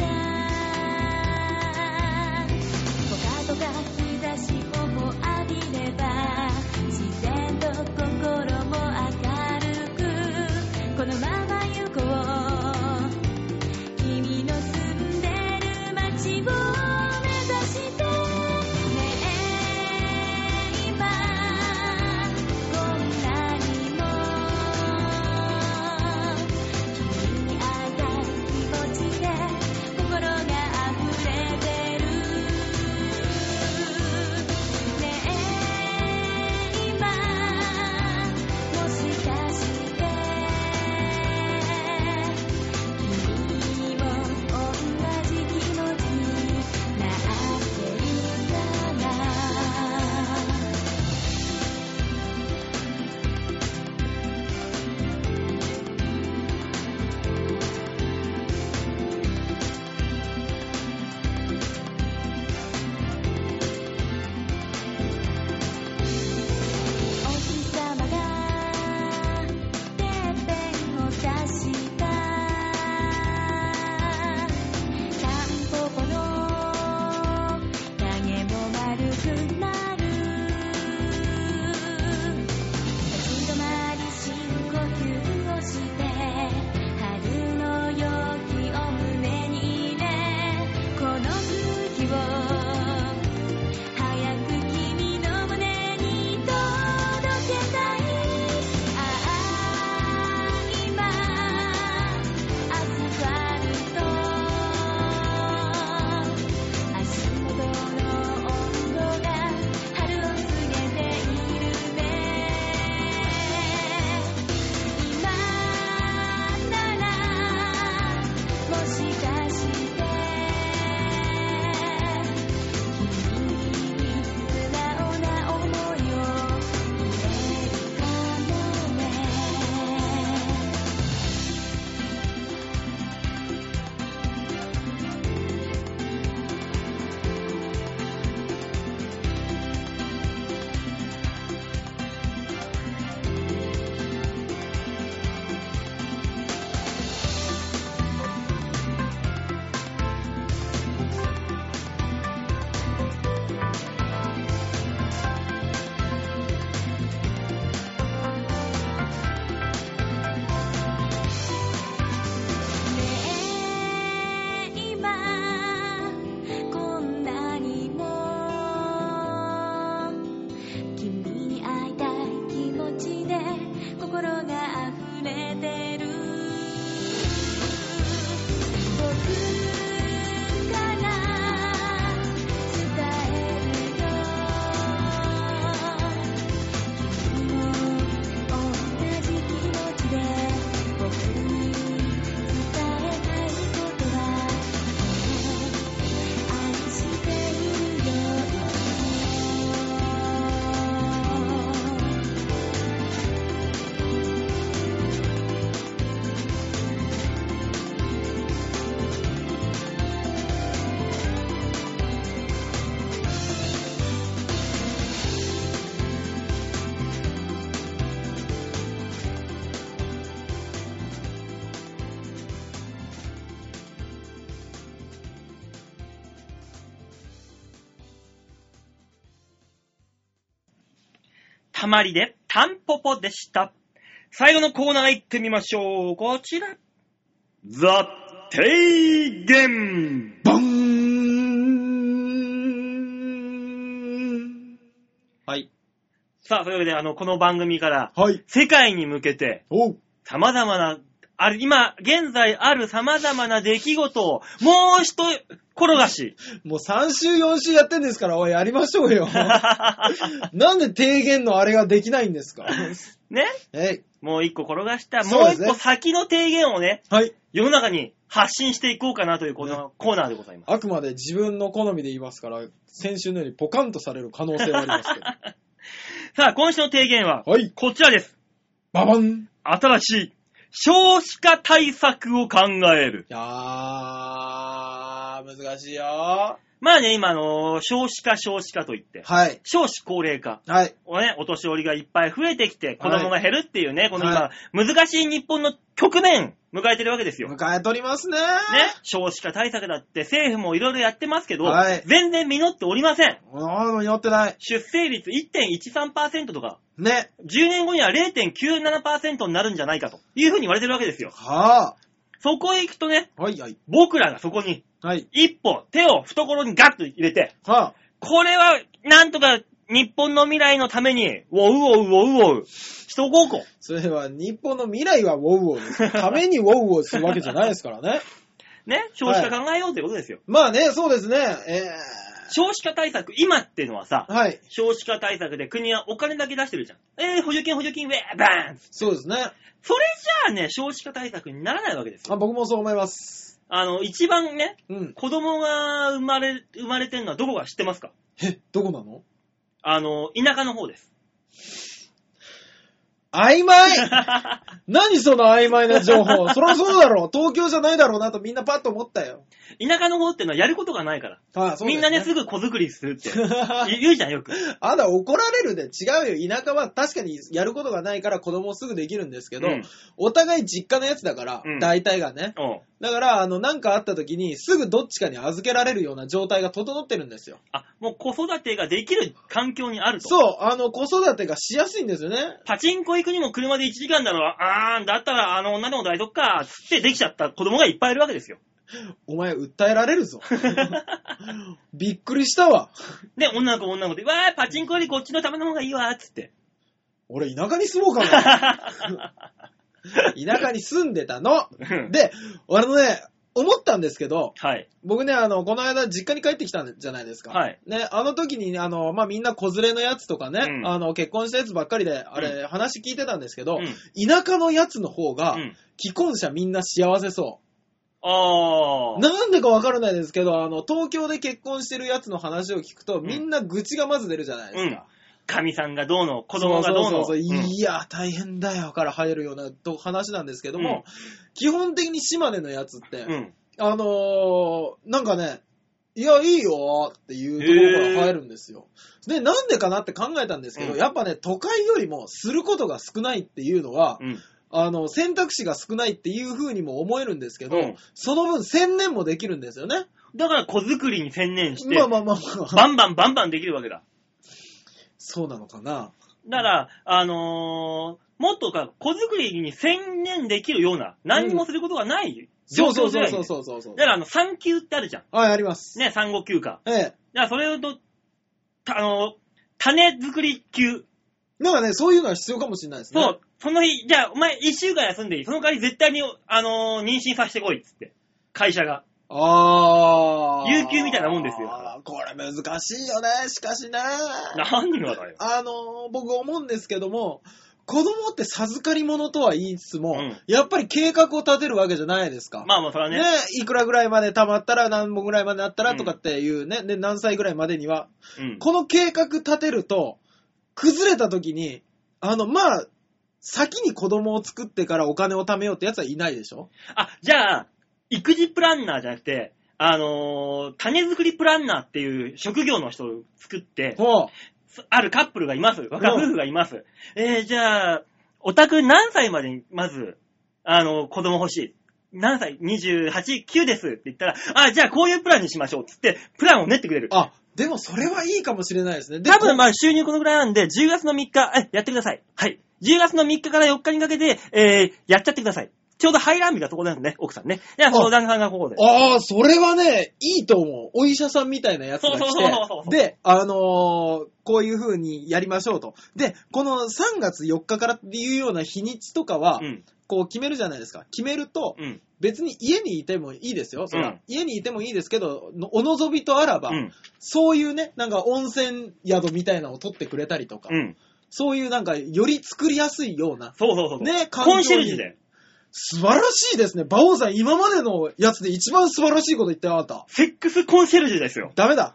たまりでタンポポでした。最後のコーナー行ってみましょう。こちら。ザ・提言
ボンはい。
さあ、というわけで、あの、この番組から、
はい。
世界に向けて、
おう。
様々な、ある、今、現在ある様々な出来事を、もう一転が し。
もう3週4週やってんですから、おい、やりましょう よ。なんで提言のあれができないんですか
ね
え
もう一個転がした、
そう
もう
です
一
ね
個先の提言をね、
い。はい。
世の中に発信していこうかなというこのコーナーでございます。
あくまで自分の好みで言いますから、先週のようにポカンとされる可能性はありますけ
さあ、今週の提言は
ど。、 はい。
こちらです。
ババン
新しい少子化対策を考える。
いやー、難しいよ
まあね、今、あのー少子化少子化といって、
はい。
少子高齢化。
はい。
をね、お年寄りがいっぱい増えてきて、子供が減るっていうね、この今
は、
難しい日本の局面、迎えてるわけですよ。ね
迎え取りますね。ね
少子化対策だって政府もいろいろやってますけど、
はい
全然実っておりません。
あー、寄ってない。
出生率1.13%とか、
ね。
10年後には0.97%になるんじゃないかというふうに言われてるわけですよ。
は
そこへ行くとね、
あ。はいはい。
僕らがそこに
はい。
一歩手を懐にガッと入れて、
はあ。
これはなんとか日本の未来のために、ウォウウォウウォウウォウしとこうこう。
それは日本の未来はウォウウォウ です。ためにウォウウォウするわけじゃないですからね。
ね、少子化考えようということですよ。
まあね、そうですね。え
少子化対策、今っていうのはさ
ー、、はい。
少子化対策で国はお金だけ出してるじゃん。えー、補助金補助金、ウェーバーン
そうですね。
それじゃあね、少子化対策にならないわけですよ。
あ僕もそう思います。
あの、一番ね、
うん。
子供が生まれ、生まれてるのはどこが知ってますか
え、どこなの
あの、田舎の方 です。
曖昧何その曖昧な情報。そりゃそうだろう。東京じゃないだろうなとみんなパッと思ったよ。
田舎の方ってのはやることがないから。
あそうですね
みんなね、すぐ子作りするっ て言うじゃん、よく。
あだ怒られるで違うよ。田舎は確かにやることがないから子供すぐできるんですけど、
うん
お互い実家のやつだから、
うん
大体がね。
うん
だから、あの、なんかあった時にすぐどっちかに預けられるような状態が整ってるんですよ。
あ、もう子育てができる環境にあると。
そう、あの、子育てがしやすいんですよね。
パチンコ行くにも車で1時間だろ。あー、だったらあの女でも大丈夫か。つってできちゃった子供がいっぱいいるわけですよ。
お前、訴えられる ぞ。びっくりしたわ。
で、女の子も女の子で、わー、パチンコよりこっちのための方がいいわ、つって。
俺、田舎に住もうか な。田舎に住んでたの。
うん
で、あのね、思ったんですけど、
はい。
僕ね、あの、この間実家に帰ってきたんじゃないですか。
はい
ね、あの時にね、あの、まあ、みんな子連れのやつとかね、
うん
あの、結婚したやつばっかりで、あれ、話聞いてたんですけど、
うん
田舎のやつの方が、
うん
既婚者みんな幸せそう。
あー。
なんでかわからないですけど、あの、東京で結婚してるやつの話を聞くと、みんな愚痴がまず出るじゃないですか。
神さんがどうの、子供がどうの。
そうそうそう
うん
いや、大変だよから入るようなと話なんですけども、基本的に島根のやつって、
うん。
あのーなんかね、いや、いいよーっていうところから入るんですよ。で、なんでかなって考えたんですけど、
うん
やっぱね、都会よりもすることが少ないっていうのは、
うん。
あの、選択肢が少ないっていう風にも思えるんですけど、
うん
その分専念もできるんですよね。
だから子作りに専念して、
まあまあまあまあ。
バンバンバンバンできるわけだ。
そうなのかな。
だから、あのーもっとか、子作りに専念できるような、何にもすることがない状
そうそ
況
う
じゃ
そ
ない
うそうそうそうそう
だ。から、あの、産休ってあるじゃん。
はい、あります。
ね、産後休暇。
ええ。
だから、それをと、たあのー種作り休。
なんかね、そういうのは必要かもしれないですね。
そう、その日、じゃあ、お前一週間休んでいい。その代わり絶対に、あのー妊娠させてこい、つって。会社が。
あー。
有給みたいなもんですよ
あーこれ難しいよね、しかしね。
何がだよ。
あのー僕思うんですけども、子供って授かり物とは言いつつも、
うん
やっぱり計画を立てるわけじゃないですか。
まあまあ、それは
ね
ね。
いくらぐらいまで貯まったら、何本ぐらいまでなったらとかっていうね、で、何歳ぐらいまでには、
うん。
この計画立てると、崩れた時に、あの、まあ、先に子供を作ってからお金を貯めようってやつはいないでしょ
あ、じゃあ、育児プランナーじゃなくて、あのー種作りプランナーっていう職業の人を作って、
ほう。
あるカップルがいます。若夫婦がいます。えー、じゃあ、オタク何歳までに、まず、あの、子供欲しい。何歳 ?28、9ですって言ったら、あ、じゃあこういうプランにしましょうっつって、プランを練ってくれる。
あ、でもそれはいいかもしれないですね。で
多分
こ
まあ収入このぐらいなんで、10月の3日、え、やってください。はい。10月の3日から4日にかけて、えー、やっちゃってください。ちょうど排卵日がそこなんでね、奥さんね。いや、その旦那さんがここで。
ああ、それはね、いいと思う。お医者さんみたいなやつが来て。
そうそうそうそうそう
で、あのーこういう風にやりましょうと。で、この3月4日からっていうような日にちとかは、
うん。
こう決めるじゃないですか。決めると、
うん。
別に家にいてもいいですよ。そら
うん
家にいてもいいですけど、のお望みとあらば、
うん。
そういうね、なんか温泉宿みたいなのを取ってくれたりとか、
うん。
そういうなんかより作りやすいような、
そうそうそう。
ね環境に
コンシェルジュで。
素晴らしいですね。馬王さん、今までのやつで一番素晴らしいこと言ったよ、あなた。
セックスコンシェルジュ ですよ。
ダメだ。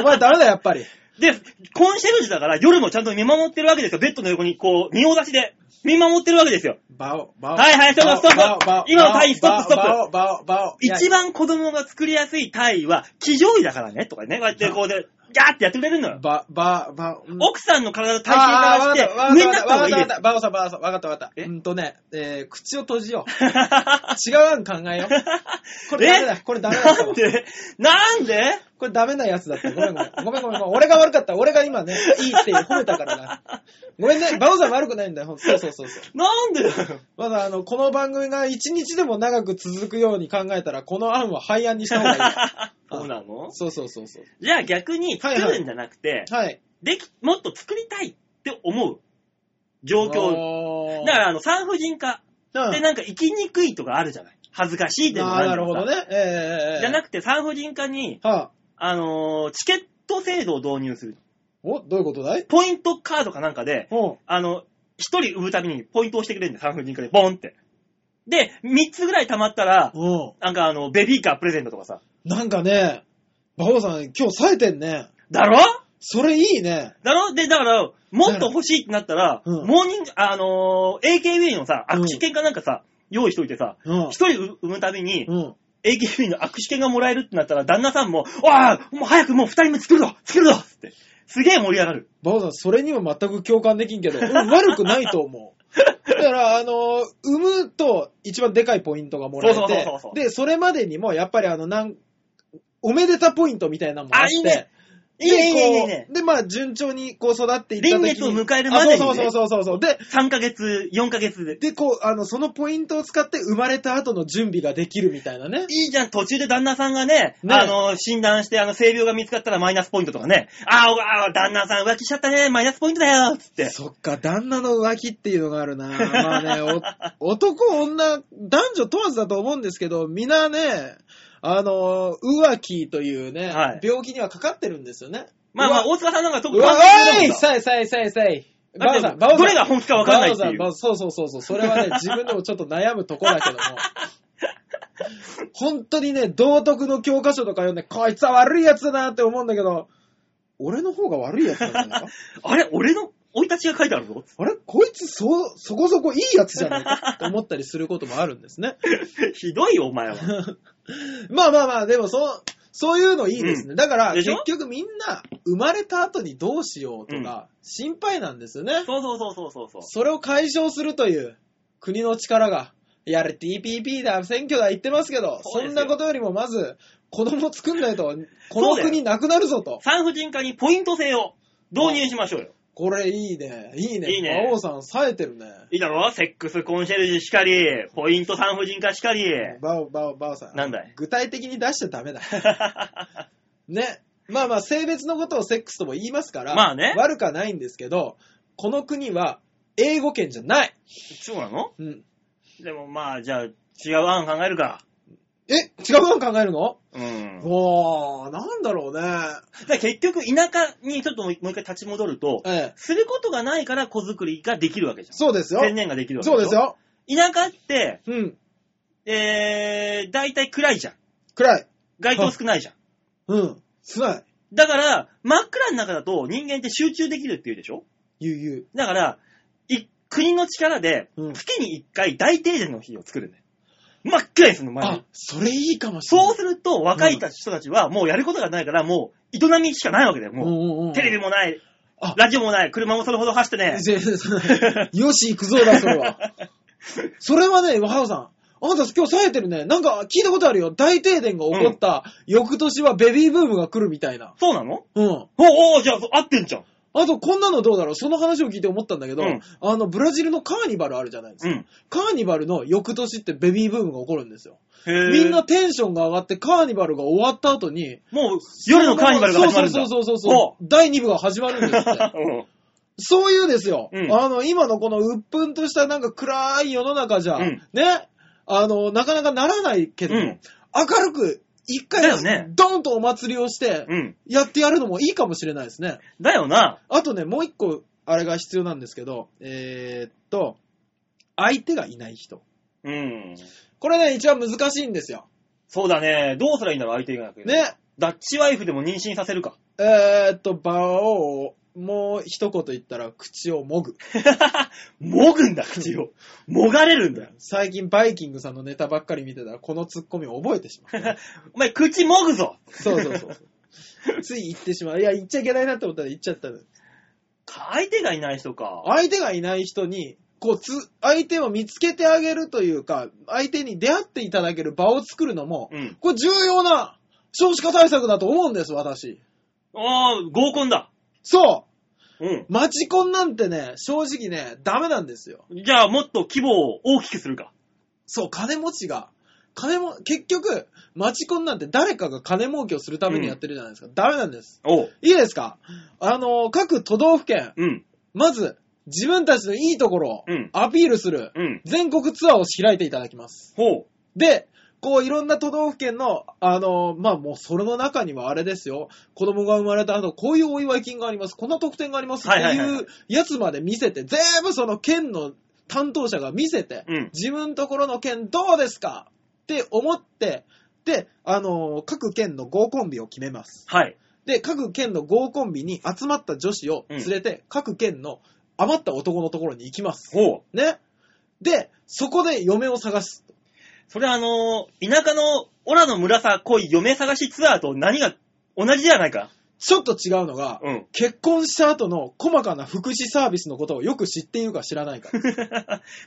お前ダメだ、やっぱり。
で、コンシェルジュだから夜もちゃんと見守ってるわけですよ。ベッドの横にこう、仁王立ちで見守ってるわけですよ。
バオ、バオ。
はいはい、ストップスト
バオ
ップ今の単位ストップストップ
バオ、バオ、バオ。
一
番。
番子供が作りやすい体位は、騎乗位だからね、とかね、こうやってこうで、ガーってやってくれるのよ。
バ、バ、バ、うん
奥さんの体の体型からして、上になった方がいい
わか
で
っ
す。
た、バオさん、バオさん、わかったわかっ
え
た。うんとね、えー、口を閉じよ う。違う案考えよう。これダメだ、これダメだった
なん
わ。
でなんで
これダメなやつだった。ごめんごめん。ごめんごめんごめん。俺が悪かった。俺が今ね、いいって褒めたからな。ごめんね、バオさん悪くないんだよ。ほんそうそうそうそう。
なんでだ よ
まだあの、この番組が一日でも長く続くように考えたら、この案は廃案にした方が いいよ。
そうなの
そうそうそうそう。
じゃあ逆に
は
作
いはい
るんじゃなくて、
はい。
でき、もっと作りたいって思う状況。
況
だからあの、産婦人科
ら
でなんか生きにくいとかあるじゃない恥ずかしいっていうの
あ
が
あ
あ
ー、な
る
る
のさ
ほどね。ええええ
じゃなくて産婦人科に、
はあ、
あのーチケット制度を導入する。
お、どういうことだい
ポイントカードかなんかで、
ほ
あの、一人産むたびにポイントを押してくれるんだよ、産婦人科で。ボンって。で、三つぐらい溜まったら
う。、う
なんかあの、ベビーカープレゼントとかさ。
ん。なんかね、馬王さん、今日冴えてんね。
だろ
それいいね。
だろで、だから、もっと欲しいってなったら、
うん
モーニング、あのー AKB のさ、
うん
握手券かなんかさ、用意しといてさ、
うん
一。人産むたびに、
うん。
AKB の握手券がもらえるってなったら、旦那さんも、わあもう早くもう二人目作るぞ作るぞつって。すげえ盛り上がる。
馬王さん、それにも全く共感できんけど、うん悪くないと思 う。だから、あのー産むと一番でかいポイントがもらえ
そうそうそうそう
て、で、それまでにも、やっぱりあの、なん、おめでたポイントみたいなのもあっ
あいい
て
ね、いいね、いいね、いいね
こ。うで、まあ、順調にこう育っていった時
臨
に。
月を迎えるまでにね
あそうそうそうそうそう。で、
3ヶ月、4ヶ月で。
で、こう、あの、そのポイントを使って生まれた後の準備ができるみたいなね。
いいじゃん、途中で旦那さんがね、
ね
あの、診断して、あの、性病が見つかったらマイナスポイントとかね、あーあー、旦那さん浮気しちゃったね、マイナスポイントだよ、つって。
そっか、旦那の浮気っていうのがあるな。まあね、 お男、女、男女問わずだと思うんですけど、皆ね、あの、浮気というね、
はい
病気にはかかってるんですよね。
まあまあ、
うわ
大塚さんなんか特
うわ、
関係な
お
い
い
もんさ
さいさいさいさい。
だ
バ
って
オさん、バオさん。
どれが本気かわかんないっていう
バオさんバオそうそうそうそう。それは ね、自分でもちょっと悩むとこだけども。本当にね、道徳の教科書とか読んで、こいつは悪いやつだなって思うんだけど、俺の方が悪いやつなんじゃないか
あれ、俺の生い立ちが書いてあるぞ。
あれこいつそ、そこそこいいやつじゃないかって思ったりすることもあるんですね。
ひどいよ、お前は。
まあまあまあ、でもそう、そういうのいいですね。だから、
でし
結
ょ
局みんな、生まれた後にどうしようとか、心配なんですよね。
そうそうそうそうそうそう。
それを解消するという国の力が、やれ TPP だ、選挙だ言ってますけど、
そう
そ
ですよ
んなことよりもまず、子供作んないと、こ
そう
の
だよ
国なくなるぞと。
産婦人科にポイント制を導入しましょうよ。
これいいね。いいね。
いいね
馬王さん冴えてるね。
いいだろセックスコンシェルジュしかり、ポイント産婦人科しかり。
バオ、バオ、バオさん。
なんだい
具体的に出しちゃダメだ。ね。まあまあ、性別のことをセックスとも言いますから、
まあね
悪くはないんですけど、この国は英語圏じゃない。
そうなの
うん。
でもまあ、じゃあ、違う案考えるか。
え、違うの考えるの
うん。
おー、なんだろうね。
だから結局、田舎にちょっともう一回立ち戻ると、
ええ。
することがないから子作りができるわけじ
そうです
ゃ
よ
ん。。専念ができるわけ
そうです。よ。
田舎って、
うん。
えー、大体暗いじゃん。
暗い。
街灯少ないじゃん。
うん。つない。
だから、真っ暗の中だと人間って集中できるって言うでしょ
悠
だから、い国の力で、
々。うん。
月に1回大停電の日を作るんだよ。真っ暗にするの、前
あ
に。、
それいいかもしれな
そう
い。
すると、若い人たちはもうやることがないから、もう営みしかないわけだよ、もう。
んうんうん
テレビもない
あ、
ラジオもない、車もそれほど 走ってね。
じゃよし、行くぞだ、それは。それはね、和オさん。あなた今日冴えてるね。なんか聞いたことあるよ。大停電が起こった翌年はベビーブームが来るみたいな。
そうなの
うん。
おおじゃあ、そう合ってんじゃん。
あと、こんなのどうだろうその話を聞いて思ったんだけど、
うん
あの、ブラジルのカーニバルあるじゃないです
う
か。
ん。
カーニバルの翌年ってベビーブームが起こるんですよ。
へー
みんな、テンションが上がってカーニバルが終わった後に、
もう、夜のカーニバルが始まるんだ。
そうそうそうそうそう。第2部が始まるんです って。
おう
そういうですよ、
うん
あの、今のこの鬱憤としたなんか暗い世の中じゃ、
うん
ね、あの、なかなかならないけど、
うん
明るく、一回
だよね
ドンとお祭りをして、
うん。うん。
やってやるのもいいかもしれないですね。
だよな。
あとね、もう一個、あれが必要なんですけど、えーっと、相手がいない人。
うん。
これね、一番難しいんですよ。
そうだね。どうすりゃいいんだろう、相手がなく。。
ね、
ダッチワイフでも妊娠させるか。
えーっと、場を、もう一言言ったら、口をもぐ。
もぐんだ、口を。もがれるんだよ。
最近、バイキングさんのネタばっかり見てたら、このツッコミを覚えてしまう。
お前、口もぐぞ。
そうそうそう。 つい言ってしまう。いや、言っちゃいけないなって思ったら言っちゃったの。
相手がいない人か。
相手がいない人に、こう、つ、相手を見つけてあげるというか、相手に出会っていただける場を作るのも、
うん。
これ重要な少子化対策だと思うんです、私。
ああ、合コンだ。
そ
うん。
うマチコンなんてね、正直ね、ダメなんですよ。
じゃあ、もっと規模を大きくするか。
そう、金持ちが。金も、結局、マチコンなんて誰かが金儲けをするためにやってるじゃないですか。ダメなんです。
おう。
いいですかあの、各都道府県、
うん。
まず、自分たちのいいところを
うん
アピールする、
うん。
全国ツアーを開いていただきます。
ほう。
で、こういろんな都道府県の、あのまあもうそれの中にはあれですよ、子供が生まれた後、こういうお祝い金があります、こんな特典がありますって
はいはいはいはい
いうやつまで見せて、全部その県の担当者が見せて、
うん
自分ところの県どうですかって思って、で、あの各県の合コンビを決めます。
はい。
で、各県の合コンビに集まった女子を連れて、各県の余った男のところに行きます。
ほう。
ね。で、そこで嫁を探す。
それはあのー田舎のオラの村さ恋嫁探しツアーと何が同じじゃないか。
ちょっと違うのが、
うん。
結婚した後の細かな福祉サービスのことをよく知っているか知 らないか。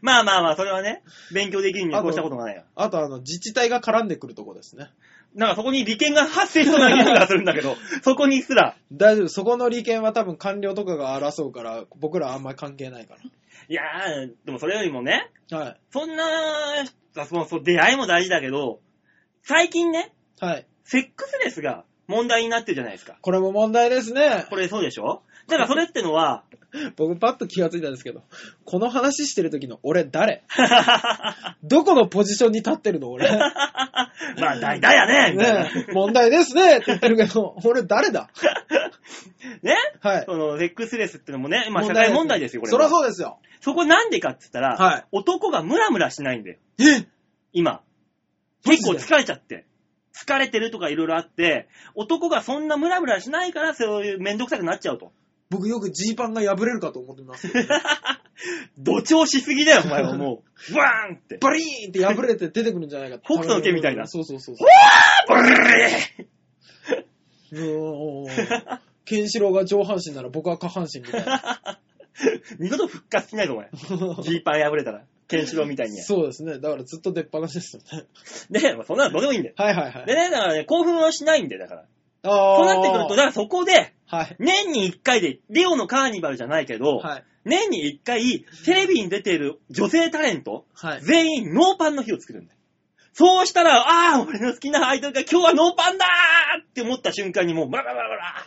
まあまあまあ、それはね、勉強できるにはこうしたことがないよ。
あと、あの、自治体が絡んでくるとこですね。
なんかそこに利権が発生しそうな気がするんだ けど、そこにすら。
大丈夫。そこの利権は多分官僚とかが争うから、僕らあんまり関係ないか
いやー、でもそれよりもね、
ら。はい。
そんな、あそのそう出会いも大事だけど、最近ね、
はい。
セックスレスが問題になってるじゃないですか。
これも問題ですね。
これそうでしょだからそれっての は、
僕パッと気がついたんですけど、この話してる時の俺誰
ま
どこのポジションに立ってるの俺。
あ、だいだやねみたいな。
ねえ問題ですねって言ってるけ ど、俺誰だ
ね
はい。
その、セックスレスってのもね、まあ社会問題ですよ、これ
そ
は。
りゃそうですよ。
そこなんでかって言ったら、
はい
男がムラムラしないんだよ、
え
今。
マ
結
ジで
構疲れちゃって。疲れてるとかいろいろあって、男がそんなムラムラしないから、そういうめんどくさくなっちゃうと。
僕よくジーパンが破れるかと思ってます。
土調しすぎだよ、お前は もう。ブワーンって。
バリーンって破れて出てくるんじゃないかって
北斗の拳みたいな
そうそうそうそう。
ブルルルル
う ーんケンシロウが上半身なら僕は下半身みたいな。
二度と復活しないぞ、お前。ジーパン破れたら。ケンシロウみたいに。
そうですね。だからずっと出っ放しですよ ね。
で、まあそんなのどうでもいいんだよ。
はいはいはい。
でね、だからね、興奮はしないんだよ、だから。
あー
そうなってくると、だからそこで、
はい。
年に一回で、リオのカーニバルじゃないけど、
はい。
年に一回、テレビに出ている女性タレント、
はい。
全員ノーパンの日を作るんだよ。そうしたら、ああ、俺の好きなアイドルが今日はノーパンだーって思った瞬間にもう、ブラブラブラブラ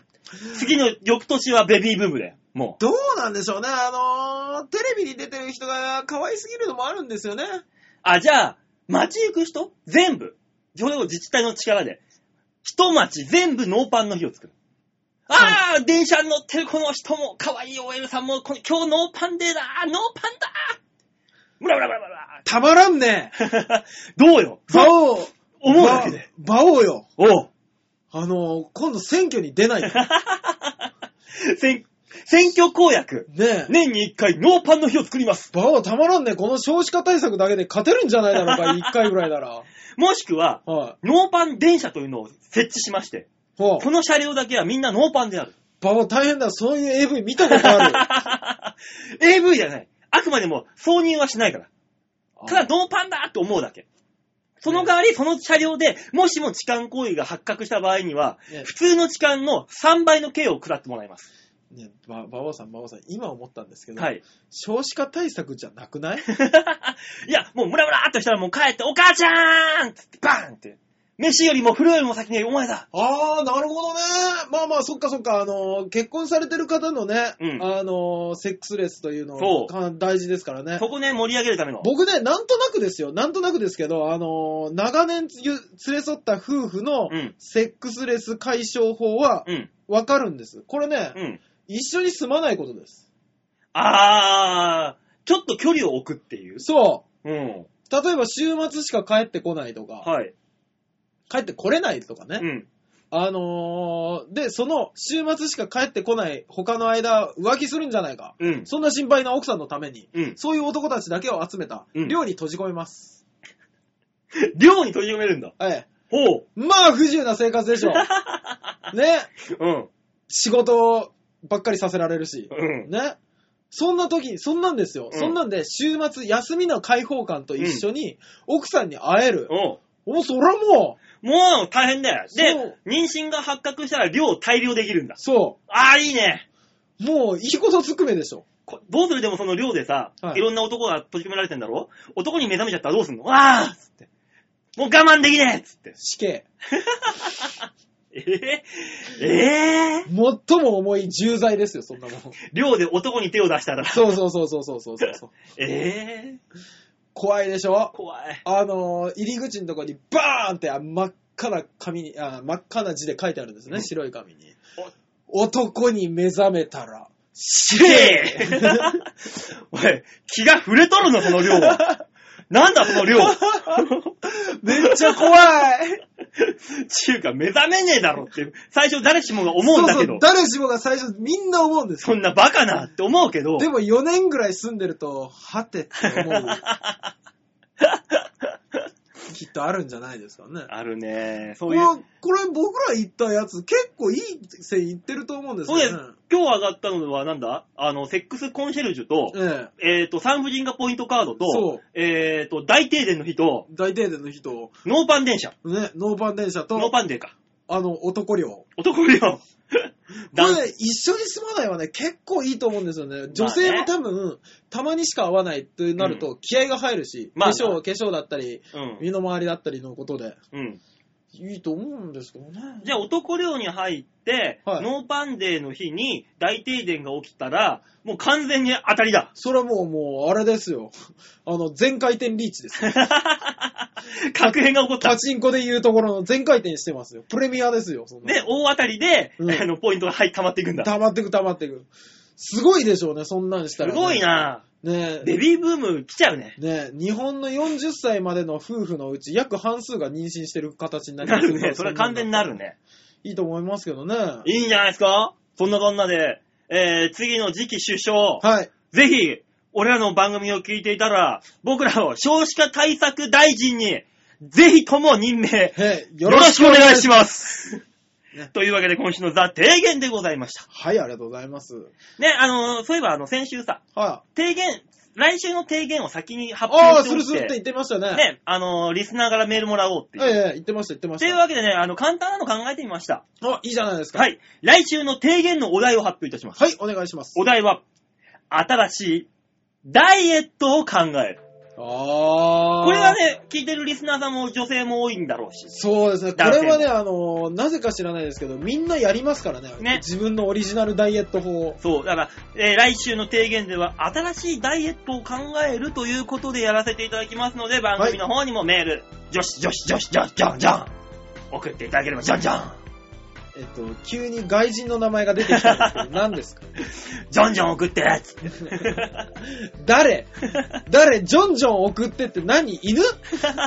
次の翌年はベビーブームだよ。も
どうなんでしょうね。あのー、テレビに出てる人が可愛すぎるのもあるんですよね。
う。あ、じゃあ、街行く人全部。それを自治体の力で。一町全部ノーパンの日を作る。ああ、電車に乗ってるこの人も、可愛い OL さんも、この今日ノーパンデーだーノーパンだーブラブラブラブラ
たまらんね。
どうよ
馬王
思うだけで。
馬馬王よ。
おう
あのー、今度選挙に出な いで
選選挙公約。
ねえ。
年に一回ノーパンの日を作ります。
馬王たまらんね。この少子化対策だけで勝てるんじゃないだろうか。 一回ぐらいなら。
もしくは、
は
ノーパン電車というのを設置しまして、
い。ほう
こ。の車両だけはみんなノーパンである。
バオ大変だ。そういう AV 見たことあ
AV じゃない。あくまでも挿入はしないから。
る。
ただノーパンだと思うだけ。その代わり、その車両で、もしも痴漢行為が発覚した場合には、
ね
普通の痴漢の3倍の刑を食らってもらいます。
ね、ば、馬王さん、馬王さん、今思ったんですけど、
はい。
少子化対策じゃなくない
いや、もうムラムラっとしたらもう帰って、お母ちゃんっつってバーンって。飯よりも風呂よりも先にお前だ。
あー、なるほどね。まあまあ、そっかそっか、あのー、結婚されてる方のね、
うん
あのー、セックスレスというの
そう
か大事ですからね。
そこね、盛り上げるための。
僕ね、なんとなくですよ。なんとなくですけど、あのー長年つゆ連れ添った夫婦の
うん
セックスレス解消法は
うん。
わかるんです。これね、
うん。
一緒に住まないことです。
あー、ちょっと距離を置くっていう。
そ
うん。
う。例えば週末しか帰ってこないとか、
はい。
帰ってこれないとかね。
うん。
あのーで、その週末しか帰ってこない他の間浮気するんじゃないか。
うん。
そんな心配な奥さんのために、
うん。
そういう男たちだけを集めた、
うん
寮に閉じ込めます。
寮に閉じ込めるんだ。
ええ。
ほ
まあ不自由な生活でしょう。 ね。
う。うん。
仕事ばっかりさせられるし、
うん。
ね。そんな時、そんなんですよ。
うん
そんなんで、週末、休みの解放感と一緒に、奥さんに会える。
おう
お、そらもう、
もう大変だよ。
そう
で、妊娠が発覚したら量を大量できるんだ。
そ
ああ、いいね。
う、もう、いいことずくめでしょ。
こどうするでもその量でさ、
はい
い、ろんな男が閉じ込められてんだろ男に目覚めちゃったらどうすんのわあつって。もう我慢できねえつって。
死刑。
ええええ
最も重い重罪ですよ、そんなもん。
量で男に手を出したら。
そうそうそうそうそうそうそう。
ええ
怖いでしょ
怖い。
あのー、入り口のとこにバーンってあ真っ赤な紙にあ、真っ赤な字で書いてあるんですね、
うん
白い紙に。男に目覚めたら、死
ええ おい、気が触れとるの、その量は。なんだ、その量。
めっちゃ怖い
ちゅうか、目覚めねえだろって、最初誰しもが思うんだけ
そうそ
ど
う、誰しもが最初みんな思うんです
そ
よ。
んなバカなって思うけど、
でも4年ぐらい住んでると、はてって思 う。きっとあるんじゃないですかね。
あるね。そ
こ
うい
れ
う。、
これ僕ら行ったやつ、結構いい線いってると思うんです
そう
よ
で
ね。
す。今日上がったのはなんだあの、セックスコンシェルジュと、
ええ。
えっ、と、産婦人科ポイントカード
そ
と、えっ、と、大停電の日と、
大停電の人を、
ノーパン電車。
ね、ノーパン電車
ノー
と、
パンデーか。
あの、男寮。
男 よ。男性
これね、一緒に住まないはね、結構いいと思うんですよね。女性も多分、たまにしか会わないってなると、気合が入るし、
まあ
化粧、化粧だったり、
うん。
身の回りだったりのことで、
うん。
いいと思うんですけどね。
じゃあ、男寮に入って、
はい
ノーパンデーの日に大停電が起きたら、もう完全に当たりだ。
それはもう、もう、あれですよ。 あの、全回転リー チですよ。
確変が起こった
パ。チンコで言うところの全回転してますよ。プレミアですよ、そんな
で、大当たりで、
うん
あの、ポイントが入溜まっていくんだ。
溜まってく溜まってく。すごいでしょうね、そんなんし
す
たら、ね。
ごい。な
ねえ
ベビーブーム来ちゃうね。
ねえ日本の40歳までの夫婦のうち約半数が妊娠してる形になり
な
ます
るね。それは完全になる。ね。
いいと思いますけどね。
いいんじゃないですかそんなこんなで、えー、次の次期首相、
はい。
ぜひ、俺らの番組を聞いていたら、僕らを少子化対策大臣に、ぜひとも任命、
ええ
よろしくお願いし
ま
ます。
ね
というわけで今週のザ・提言でございました。
す。はい、ありがとうございます。はい、
ね、あのそういえばあの、先週さ、
あ。
提言、来週の提言を先に発
あ
表
あ、
して
す
おい
る
て
するって言ってました ね。
ね、あのーリスナーからメールもらおうってい
え
う。
えええ、言ってました、言ってま
と
し
いう
た。
わけでね、あの、簡単なの考えてみました。
あ、いいじゃないですか。
はい。来週の提言のお題を発表いたします。
はい、お願いします。
お題は、新しいダイエットを考える。
ああ。
これは、ね、聞いてるリスナーさんも女性も多いんだろうし。
そうですね。こ
男性
れはね、あのーなぜか知らないですけど、みんなやりますからね。
ね
自分のオリジナルダイエット法を。
そう。だから、えー来週の提言では、新しいダイエットを考えるということでやらせていただきますので、番組の方にもメール、女子女子女子女子じゃんじゃん送っていただければ、じゃんじゃん
えっと、急に外人の名前が出てきたんです けど、何ですか
じゃんじゃん送って つって
誰誰ジョンジョン送ってって何犬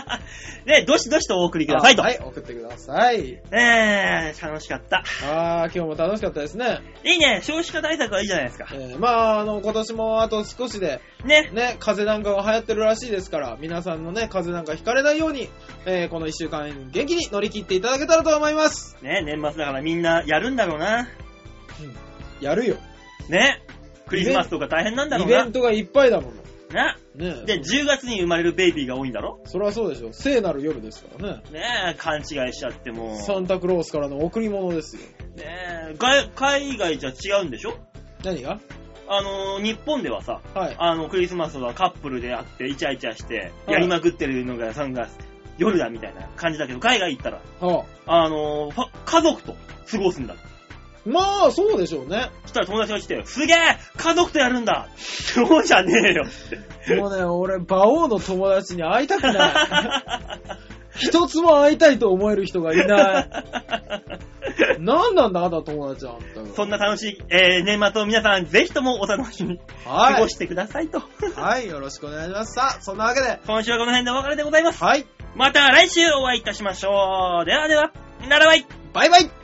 で、どしどしとお送りくださいと。
あはい、送ってください。
えー、楽しかった。
あー、今日も楽しかったですね。
いいね、少子化対策はいいじゃないですか
え。ーまあ、あの、今年もあと少しで、
ね。
ね、風邪なんかが流行ってるらしいですから、皆さんもね、風邪なんかひかれないように、えーこの一週間元気に乗り切っていただけたらと思います。
ね、年末だからみんなやるんだろうな。
やるよ。
ね。クリスマスとか大変なんだろ
イ
う
ベ
な
ン。トがいっぱいだもの。
ね。
ね
で、10月に生まれるベイビーが多いんだろ
それはそうでしょ。聖なる夜ですからね。
ねえ、勘違いしちゃっても
サ
う。
ンタクロースからの贈り物ですよ。
ねえ、外海外じゃ違うんでしょ
何が
あのー、日本ではさ、
はい。
あの、クリスマスはカップルであって、イチャイチャして、
はい
やりまくってるのが、サンガ夜だみたいな感じだけど、海外行ったら、
はあ、
あのー、ファ家族と過ごすんだ。
まあ、そうでしょうね。
そしたら友達が来て、すげえ家族とやるんだそうじゃねえよ
もうね、俺、馬王の友達に会いたく ない。一つも会いたいと思える人がいない。何なんだ、あなた友達は。あんた
そんな楽しい、えー、年末を皆さん、ぜひともお楽しみに過
は
ご
い
し。てくださいと。
はい、よろしくお願いします。さあ、そんなわけで。
今週はこの辺でお別れでございます。
はい、
また来週お会いいたしましょう。ではでは、ならばい
バイバイ